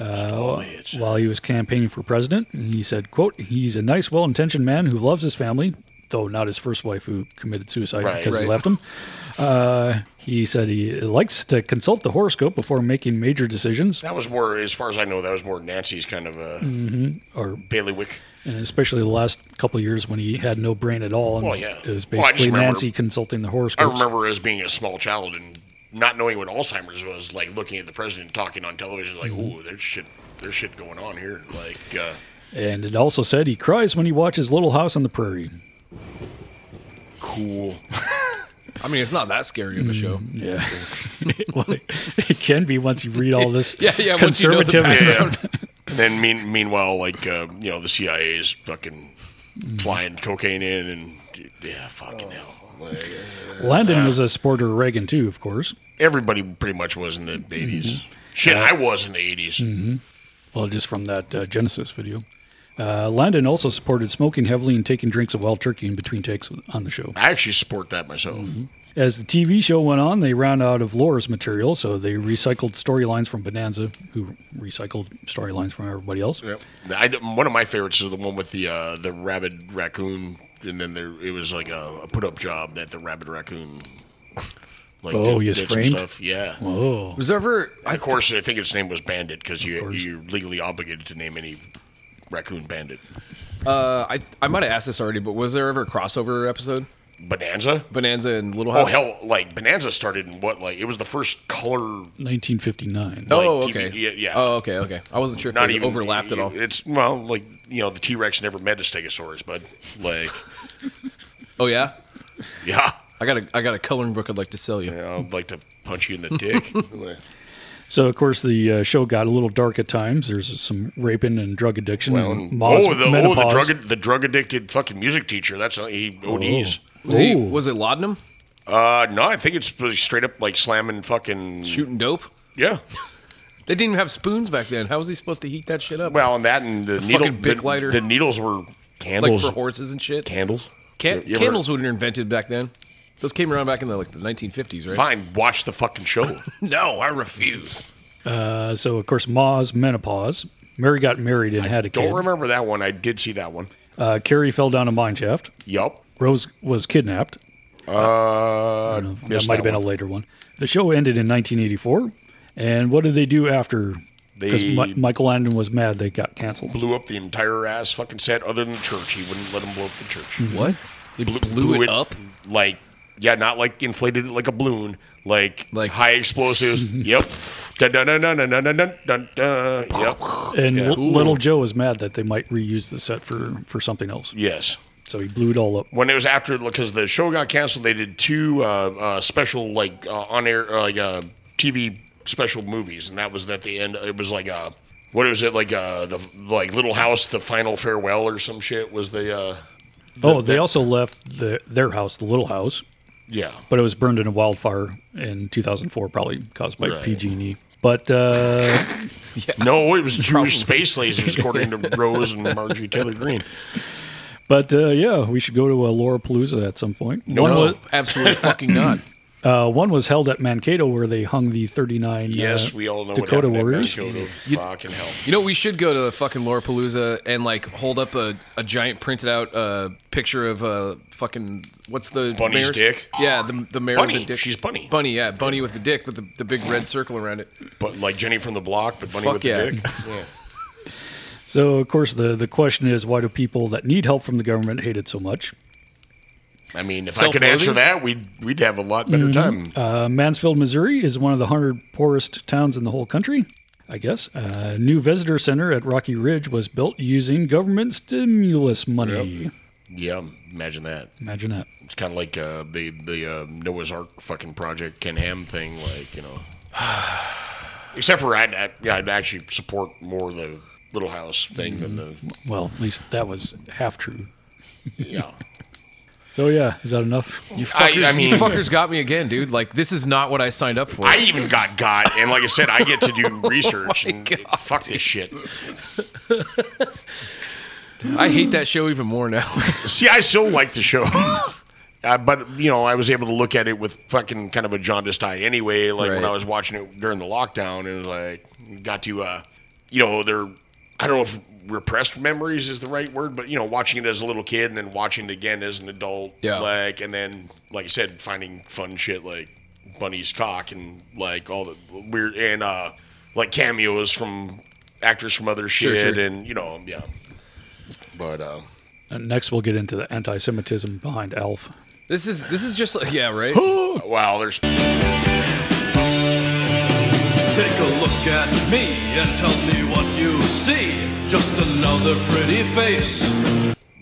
uh, while he was campaigning for president. And he said, quote, he's a nice, well-intentioned man who loves his family, though not his first wife who committed suicide
Right.
because he
Right.
left him. Uh, he said he likes to consult the horoscope before making major decisions.
That was more, as far as I know, that was more Nancy's kind of a
Or
bailiwick.
and especially the last couple of years when he had no brain at all. And
Well, yeah.
It was
Well, I just
basically
remember-
Nancy consulting the
I
horoscopes.
remember as being a small child and not knowing what Alzheimer's was, like looking at the president talking on television, like, ooh, there's shit, there's shit going on here. Like, uh,
And it also said he cries when he watches Little House on the Prairie.
cool.
I mean, it's not that scary of a show.
Yeah. well, it can be once you read all this
Yeah, yeah, once you know the
conservatism.
Yeah. and then mean, meanwhile, like uh, you know, the CIA is fucking flying cocaine in, and yeah, fucking hell. Like, uh,
Landon was a supporter of Reagan, too, of course.
everybody pretty much was in the 80s Shit, I was in the 80s
Well, just from that uh, Genesis video. Uh, Landon also supported smoking heavily and taking drinks of wild turkey in between takes on the show.
I actually support that myself.
As the TV show went on, they ran out of Laura's material, so they recycled storylines from Bonanza, who recycled storylines from everybody else.
I d one of my favorites is the one with the uh, the rabid raccoon, and then there it was like a, a put up job that the rabid raccoon. Like
Oh, he is
some
framed?
Yeah.
Whoa.
Was there ever
And of course, I think its name was Bandit because you you're legally obligated to name any raccoon Bandit.
Uh, I I might have asked this already, but was there ever a crossover episode?
Bonanza.
Bonanza and Little
Oh
House.
hell! Like Bonanza started in what? Like it was the first color.
1959.
like,
Oh,
TV
okay.
yeah, yeah.
Oh, okay, okay. I wasn't sure if
Not
they
even
overlapped at all.
It's well, like you know, the T Rex never met a Stegosaurus, but like,
Oh yeah,
yeah,
I got a I got a coloring book I'd like to sell you.
Yeah, I'd like to punch you in the dick. Like,
So, of course, the uh, show got a little dark at times. There's some raping and drug addiction.
Well,
and
and-
Ma's
oh, the, oh, the
menopause. Oh.
drug the drug addicted fucking music teacher. That's not, he oh, ODs.
Was, he,
Ooh.
was it laudanum?
Uh, no, I think it's pretty straight up like slamming fucking
Shooting dope?
yeah.
They didn't even have spoons back then. How was he supposed to heat that shit up?
Well, and that and the,
A
needle,
fucking Bic
the,
lighter.
the needles were candles.
like for horses and shit.
candles.
Ca-
You ever-
candles were invented back then. Those came around back in the like the 1950s, right?
Fine, watch the fucking show.
no, I refuse.
Uh, so of course, Ma's menopause. Mary got married and had a kid.
Don't remember that one. I did see that one.
Uh, Carrie fell down a mine shaft.
Yup.
Rose was kidnapped.
Uh,
that might have been a later one. The show ended in 1984. And what did they do after? Because
They-
Mi- Michael Landon was mad they got canceled.
Blew up the entire ass fucking set, other than the church. He wouldn't let him blow up the church.
Hmm.
What? They
blew,
blew it up?
Like, yeah, not like inflated it like a balloon, like like high explosives. yep. Dun dun dun dun dun dun dun dun. dun. Yep.
And
Yeah.
L- Little Joe was mad that they might reuse the set for, for something else.
Yes.
So he blew it all up.
When it was after, because the show got canceled, they did two uh, uh, special like uh, on air uh, like uh, TV special movies, and that was at the end. It was like uh, what was it like uh, the like Little House, the final farewell or some shit was the. Uh,
oh, they also left the, their house, the little house,
yeah.
but it was burned in a wildfire in 2004, probably caused by
Right.
PG&E. E. But uh,
No, it was Jewish space lasers, according to Rose and Marjorie Taylor Green.
but uh, yeah, we should go to a Laura Palooza at some point.
No,
One
no,
was-
absolutely fucking not.
Uh, one was held at Mankato where they hung the 39
Yes,
uh,
we all know
Dakota
what happened
Warriors.
At Mankato. Fucking hell.
You know, we should go to fucking Lollapalooza and like hold up a, a giant printed out uh, picture of uh, fucking what's the
Bunny's
mayor's-
dick?
Yeah, the the mayor
Bunny.
with the dick.
She's Bunny.
Bunny, yeah, Bunny with the dick with the, the big red circle around it.
But like Jenny from the block, but Bunny
Fuck
with
yeah.
the dick. Yeah.
So, of course, the, the question is why do people that need help from the government hate it so much?
I mean, if I could answer
Self-loathing?
that, we'd we'd have a lot better time.
Uh, Mansfield, Missouri is one of the 100 poorest towns in the whole country, I guess. A new visitor center at Rocky Ridge was built using government stimulus money.
Yeah, imagine that.
Imagine that.
It's kind of like uh, the the uh, Noah's Ark fucking project Ken Ham thing, like you know. Except for I'd, I'd, yeah, I'd actually support more the Little House thing than the
Well, at least that was half true.
yeah.
So, yeah, is that enough?
You fuckers,
I mean-
you fuckers got me again, dude. Like this is not what I signed up for.
I even got got, and like I said, I get to
Oh
do research and fuck this shit.
I hate that show even more now.
See, I still like the show. Uh, but you know, I was able to look at it with fucking kind of a jaundiced eye anyway. Like when
Right.
I was watching it during the lockdown, and like got to, uh, you know, they're I don't know if repressed memories is the right word, but you know, watching it as a little kid and then watching it again as an adult,
Yeah.
Like and then, like I said, finding fun shit like Bunny's cock and like all the weird and uh, like cameos from actors from other
Sure,
shit,
sure.
and you know, yeah. But uh,
And next, we'll get into the anti Semitism behind ALF.
This is this is just like, yeah, right.
wow, there's
Take a look at me and tell me what you see. Just another pretty face.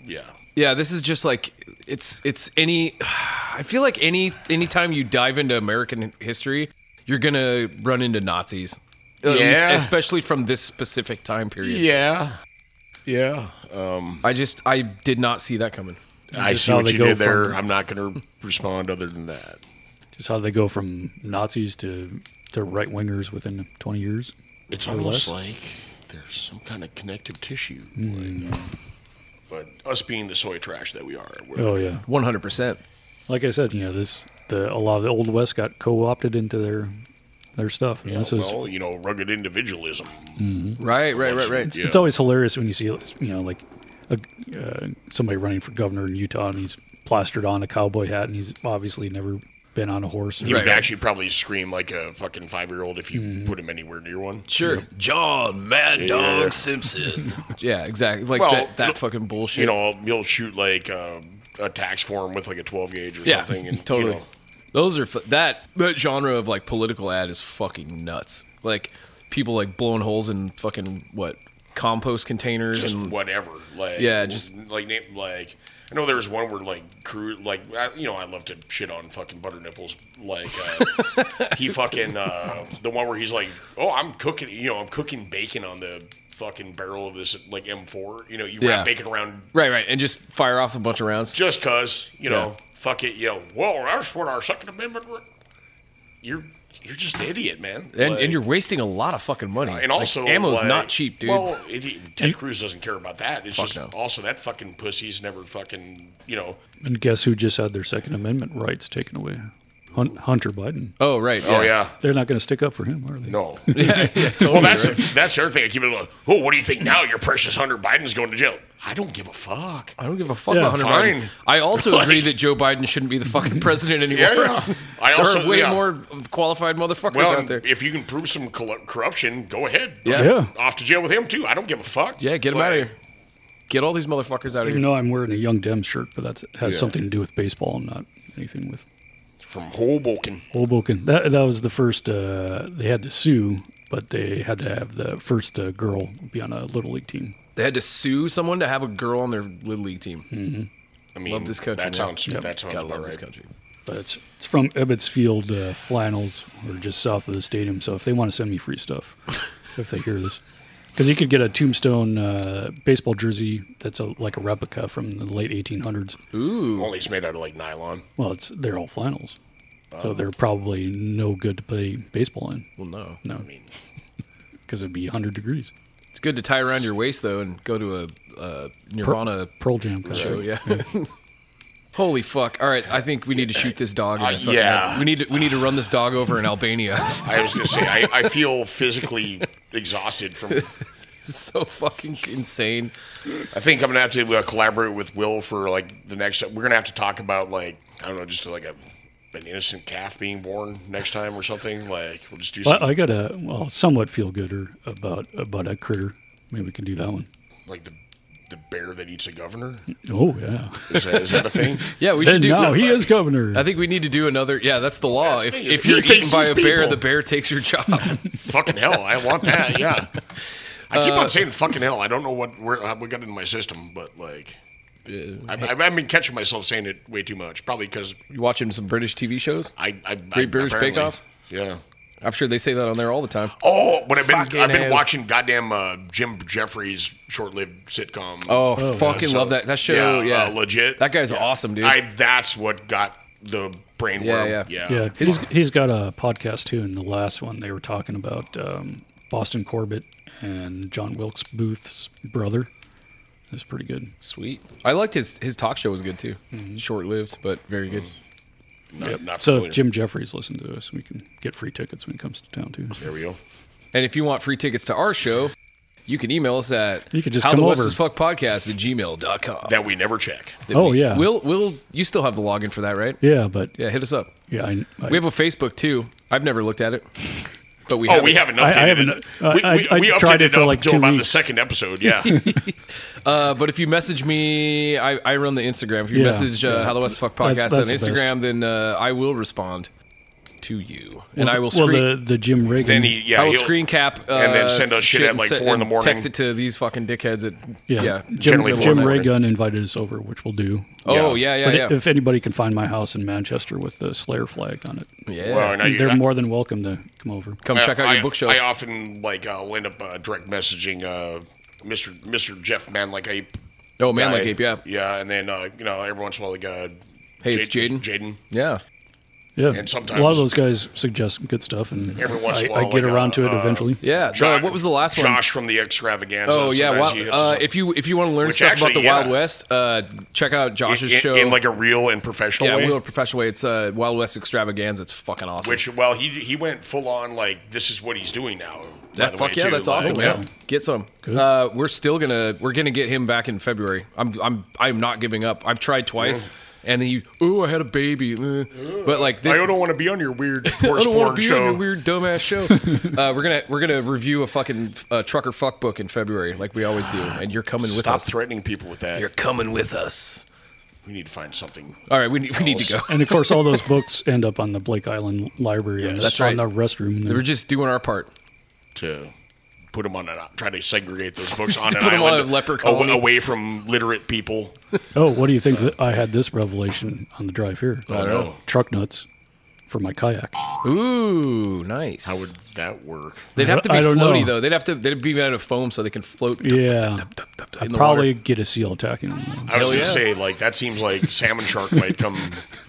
yeah.
Yeah, this is just like it's it's any. I feel like any anytime you dive into American history, you're gonna run into Nazis. At
Yeah.
especially from this specific time period.
Yeah. Yeah. Um,
I just I did not see that coming.
I
Just
see
how
what
they
you
go
did there.
from-
I'm not going to respond other than that.
Just how they go from Nazis to, to right wingers within 20 years.
It's
or
almost
less.
like there's some kind of connective tissue.
Mm.
Like, uh, but us being the soy trash that we are. We're,
Oh, yeah.
One hundred percent.
like I said, you know, this the a lot of the old west got co-opted into their their stuff. And
Yeah,
this is
well, you know, rugged individualism.
Right, right, right, right.
it's, it's always hilarious when you see you know like a, uh, somebody running for governor in Utah and he's plastered on a cowboy hat and he's obviously never been on a horse.
You would actually probably scream like a fucking five year old if you
Hmm.
put him anywhere near one.
Sure. John Mad
Dog Yeah.
Simpson. yeah, exactly. Like
Well,
that, that
look,
fucking bullshit.
You know, you'll shoot like um, a tax form with like a 12 gauge or
yeah,
something. And, you
totally.
know,
Those are fu- that that genre of like political ad is fucking nuts. Like people like blowing holes in fucking what compost containers
just
and
whatever. Like
Yeah, just-
like name like. I know there was one where like crew like I, you know I love to shit on fucking butter nipples like uh, he fucking uh, the one where he's like oh I'm cooking you know I'm cooking bacon on the fucking barrel of this like M4 you know you
Yeah.
wrap bacon around
right, right, and just fire off a bunch of rounds.
just cause you know
Yeah.
fuck it you know well that's what our Second Amendment re- you're you're just an idiot, man.
And,
Like-
and you're wasting a lot of fucking money.
and
Like,
also
ammo's
like,
not cheap, dude.
Well, it, Ted Cruz doesn't care about that. It's
Fuck
just
no.
also that fucking pussy's never fucking you know.
And guess who just had their Second Amendment rights taken away? Hun- Hunter Biden.
Oh, right,
Oh, yeah. yeah.
They're not going to stick up for him, are they?
No.
Yeah, yeah, totally,
well, that's
right.
that's the other thing. I keep it. Like, oh, what do you think now? Your precious Hunter Biden's going to jail. I don't give a fuck.
I don't give a fuck
Yeah.
about Hunter
Fine.
Biden. I also agree that Joe Biden shouldn't be the fucking president anymore.
Yeah, yeah. I
there
also-
are way
yeah.
more qualified motherfuckers
Well,
out there.
if you can prove some collu- corruption, go ahead.
Yeah. Yeah.
Off to jail with him too. I don't give a fuck.
Yeah, get them out of here. Get all these motherfuckers out of
Even
here.
though I'm wearing a Young Dem shirt, but that has
Yeah.
something to do with baseball and not anything with
From Hoboken.
Hoboken. That that was the first. Uh, they had to sue, but they had to have the first uh, girl be on a little league team.
They had to sue someone to have a girl on their little league team.
Mhm.
I mean,
love this country.
that
man.
sounds- Yep. that sounds
Gotta
about
love this
right.
country.
But it's it's from Ebbets Field uh, Flannels, or just south of the stadium. So if they want to send me free stuff, if they hear this, because you could get a tombstone uh, baseball jersey that's a, like a replica from the late 1800s.
Ooh.
Only it's made out of like nylon.
Well, it's they're all flannels,
Oh.
so they're probably no good to play baseball in.
Well, no.
No, because it'd be 100 degrees.
It's good to tie around your waist though and go to a uh, Nirvana
Pearl Jam concert.
show. Yeah. Holy fuck! All right, I think we need to shoot this dog. in the
Uh,
fucking
yeah.
head. we need to, we need to run this dog over in Albania.
I was gonna say I, I feel physically exhausted from.
so fucking insane.
I think I'm gonna have to uh, collaborate with Will for like the next. We're gonna have to talk about like I don't know, just like a an innocent calf being born next time or something. Like we'll just do.
Well,
some,
I got a well, somewhat feel gooder about about a critter. Maybe we can do that one.
like the the bear that eats a governor.
Oh yeah,
Is that, is that a thing?
Yeah, we
Then
should do.
No, he is governor.
I think we need to do another. Yeah, that's the law.
That's
If,
the thing,
if
he
you're
thinks
eaten by
he's
a bear,
people.
the bear takes your job. Uh,
fucking hell, I want that. Yeah. I keep
Uh,
on saying fucking hell. I don't know what where how we got into my system, but like. I, I've I've been catching myself saying it way too much, probably because
you watching some British TV shows?
I, I
Great
I,
British Bake
apparently-
Off.
Yeah.
I'm sure they say that on there all the time.
Oh, but I've been
Fucking
I've been
hell.
watching goddamn uh, Jim Jeffries short-lived sitcom.
Oh,
uh,
fucking
so-
love that that show. Yeah,
uh, legit.
That guy's awesome, dude.
I that's what got the brain
Yeah,
worm.
yeah.
yeah.
yeah, he's, he's got a podcast too. And the last one they were talking about um, Boston Corbett and John Wilkes Booth's brother. It's pretty good.
Sweet. I liked his his talk show was good too.
Mm-hmm.
Short lived, but very good.
Not, not
so
familiar.
if Jim Jeffries listens to us, we can get free tickets when he comes to town too.
There we go.
And if you want free tickets to our show, you can email us at
You could just
how
come
the
over.
West is fuck podcast at gmail.com.
That we never check.
Oh, yeah.
Will Will you still have the login for that, right?
Yeah, but
Yeah, hit us up.
yeah, I, I,
We have a Facebook too. I've never looked at it. But we
oh,
have
we
it.
haven't updated.
I- I haven't-
it.
uh,
we,
I-
we,
I
we updated
tried it
it
for
up
like
until
two
about the
weeks.
second episode. Yeah,
Uh, but if you message me, I, I run the Instagram. If you
Yeah,
message uh,
yeah.
How the West Fuck
That's-
Podcast
that's the
on Instagram, then uh, I will respond to you, and I will
Well,
screen.
the the Jim Reagan.
then he yeah
I will
he'll-
screen cap uh,
and then send us shit at
and
like
se-
four in the
and
morning.
Text it to these fucking dickheads. At, yeah,
Jim,
generally four
Jim
in the morning.
Raygun invited us over, which we'll do.
Oh yeah, yeah,
but
yeah.
if anybody can find my house in Manchester with the Slayer flag on it,
yeah.
Well, now you-
they're
I-
more than welcome to come over.
Come
I-
check out
I,
your bookshelf.
I often like I'll end up uh, direct messaging uh, Mr. Mr. Jeff Man like Ape.
oh man,
guy.
like ape, yeah,
Yeah, and then uh, you know every once in a while like uh,
Hey, it's Jaden.
Jaden.
yeah.
Yeah,
And sometimes-
a lot of those guys suggest good stuff, and
Every once in a
I, I
while,
get
like,
around
uh,
to it
uh,
eventually.
Yeah, the-
Josh-
what was the last one?
Josh from the Extravaganza.
Oh yeah,
Sometimes
well,
he hits us
uh,
up
if you if you want to learn
Which
stuff about
actually,
the Wild
yeah.
West, uh, check out Josh's
in,
show
in like a real and professional
yeah,
way.
Wheel of Professional Way. It's uh, Wild West Extravaganza. It's fucking awesome.
Which well, he he went full on like this is what he's doing now. by
That,
the
fuck
way,
yeah,
too.
that's
Like,
awesome.
yeah.
Yeah, get some.
Good.
Uh, we're still gonna we're gonna get him back in February. I'm I'm I'm not giving up. I've tried twice, and then you oh I had a baby, uh." but like this,
I don't want to be on your weird
I
horse
don't want
porn
to be on your
show.
weird dumbass show. uh, we're gonna we're gonna review a fucking uh, trucker fuck book in February like we always do, and you're coming with
Stop
us.
threatening people with that.
You're coming with us.
we need to find something.
All right, we need, we need to go.
And of course, all those books end up on the Blake Island Library. and
that's
it's on
right.
the restroom.
We're just doing our part.
to put them on an try to segregate those books on
To
an
put 'em on
island
a leper
aw-
colony.
away from literate people.
Oh, what do you think? that I had this revelation on the drive here.
I don't know.
Truck nuts for my kayak.
Ooh, nice.
How would that work?
They'd have to be
I don't
floaty
know.
though. They'd have to they'd be made out of foam so they can float.
Yeah,
in
I'd
the
probably get a seal attacking them.
I was
Hell
gonna
yeah.
say like that seems like salmon shark might come.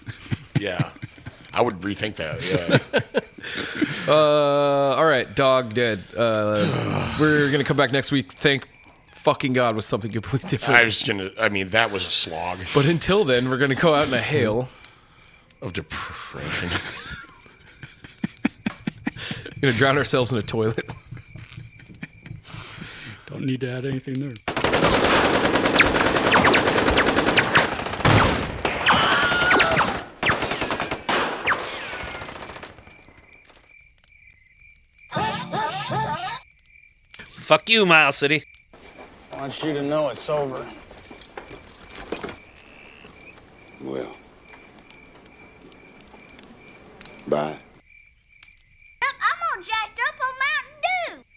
Yeah, I would rethink that. Yeah.
Uh, all right, dog dead. Uh, we're gonna come back next week. Thank fucking God with something completely different.
I was gonna. I mean, that was a slog
But until then, we're gonna go out in a hail.
of depression.
We're gonna drown ourselves in a toilet.
Don't need to add anything there.
Fuck you, Mile City.
I want you to know it's over.
Well. Bye.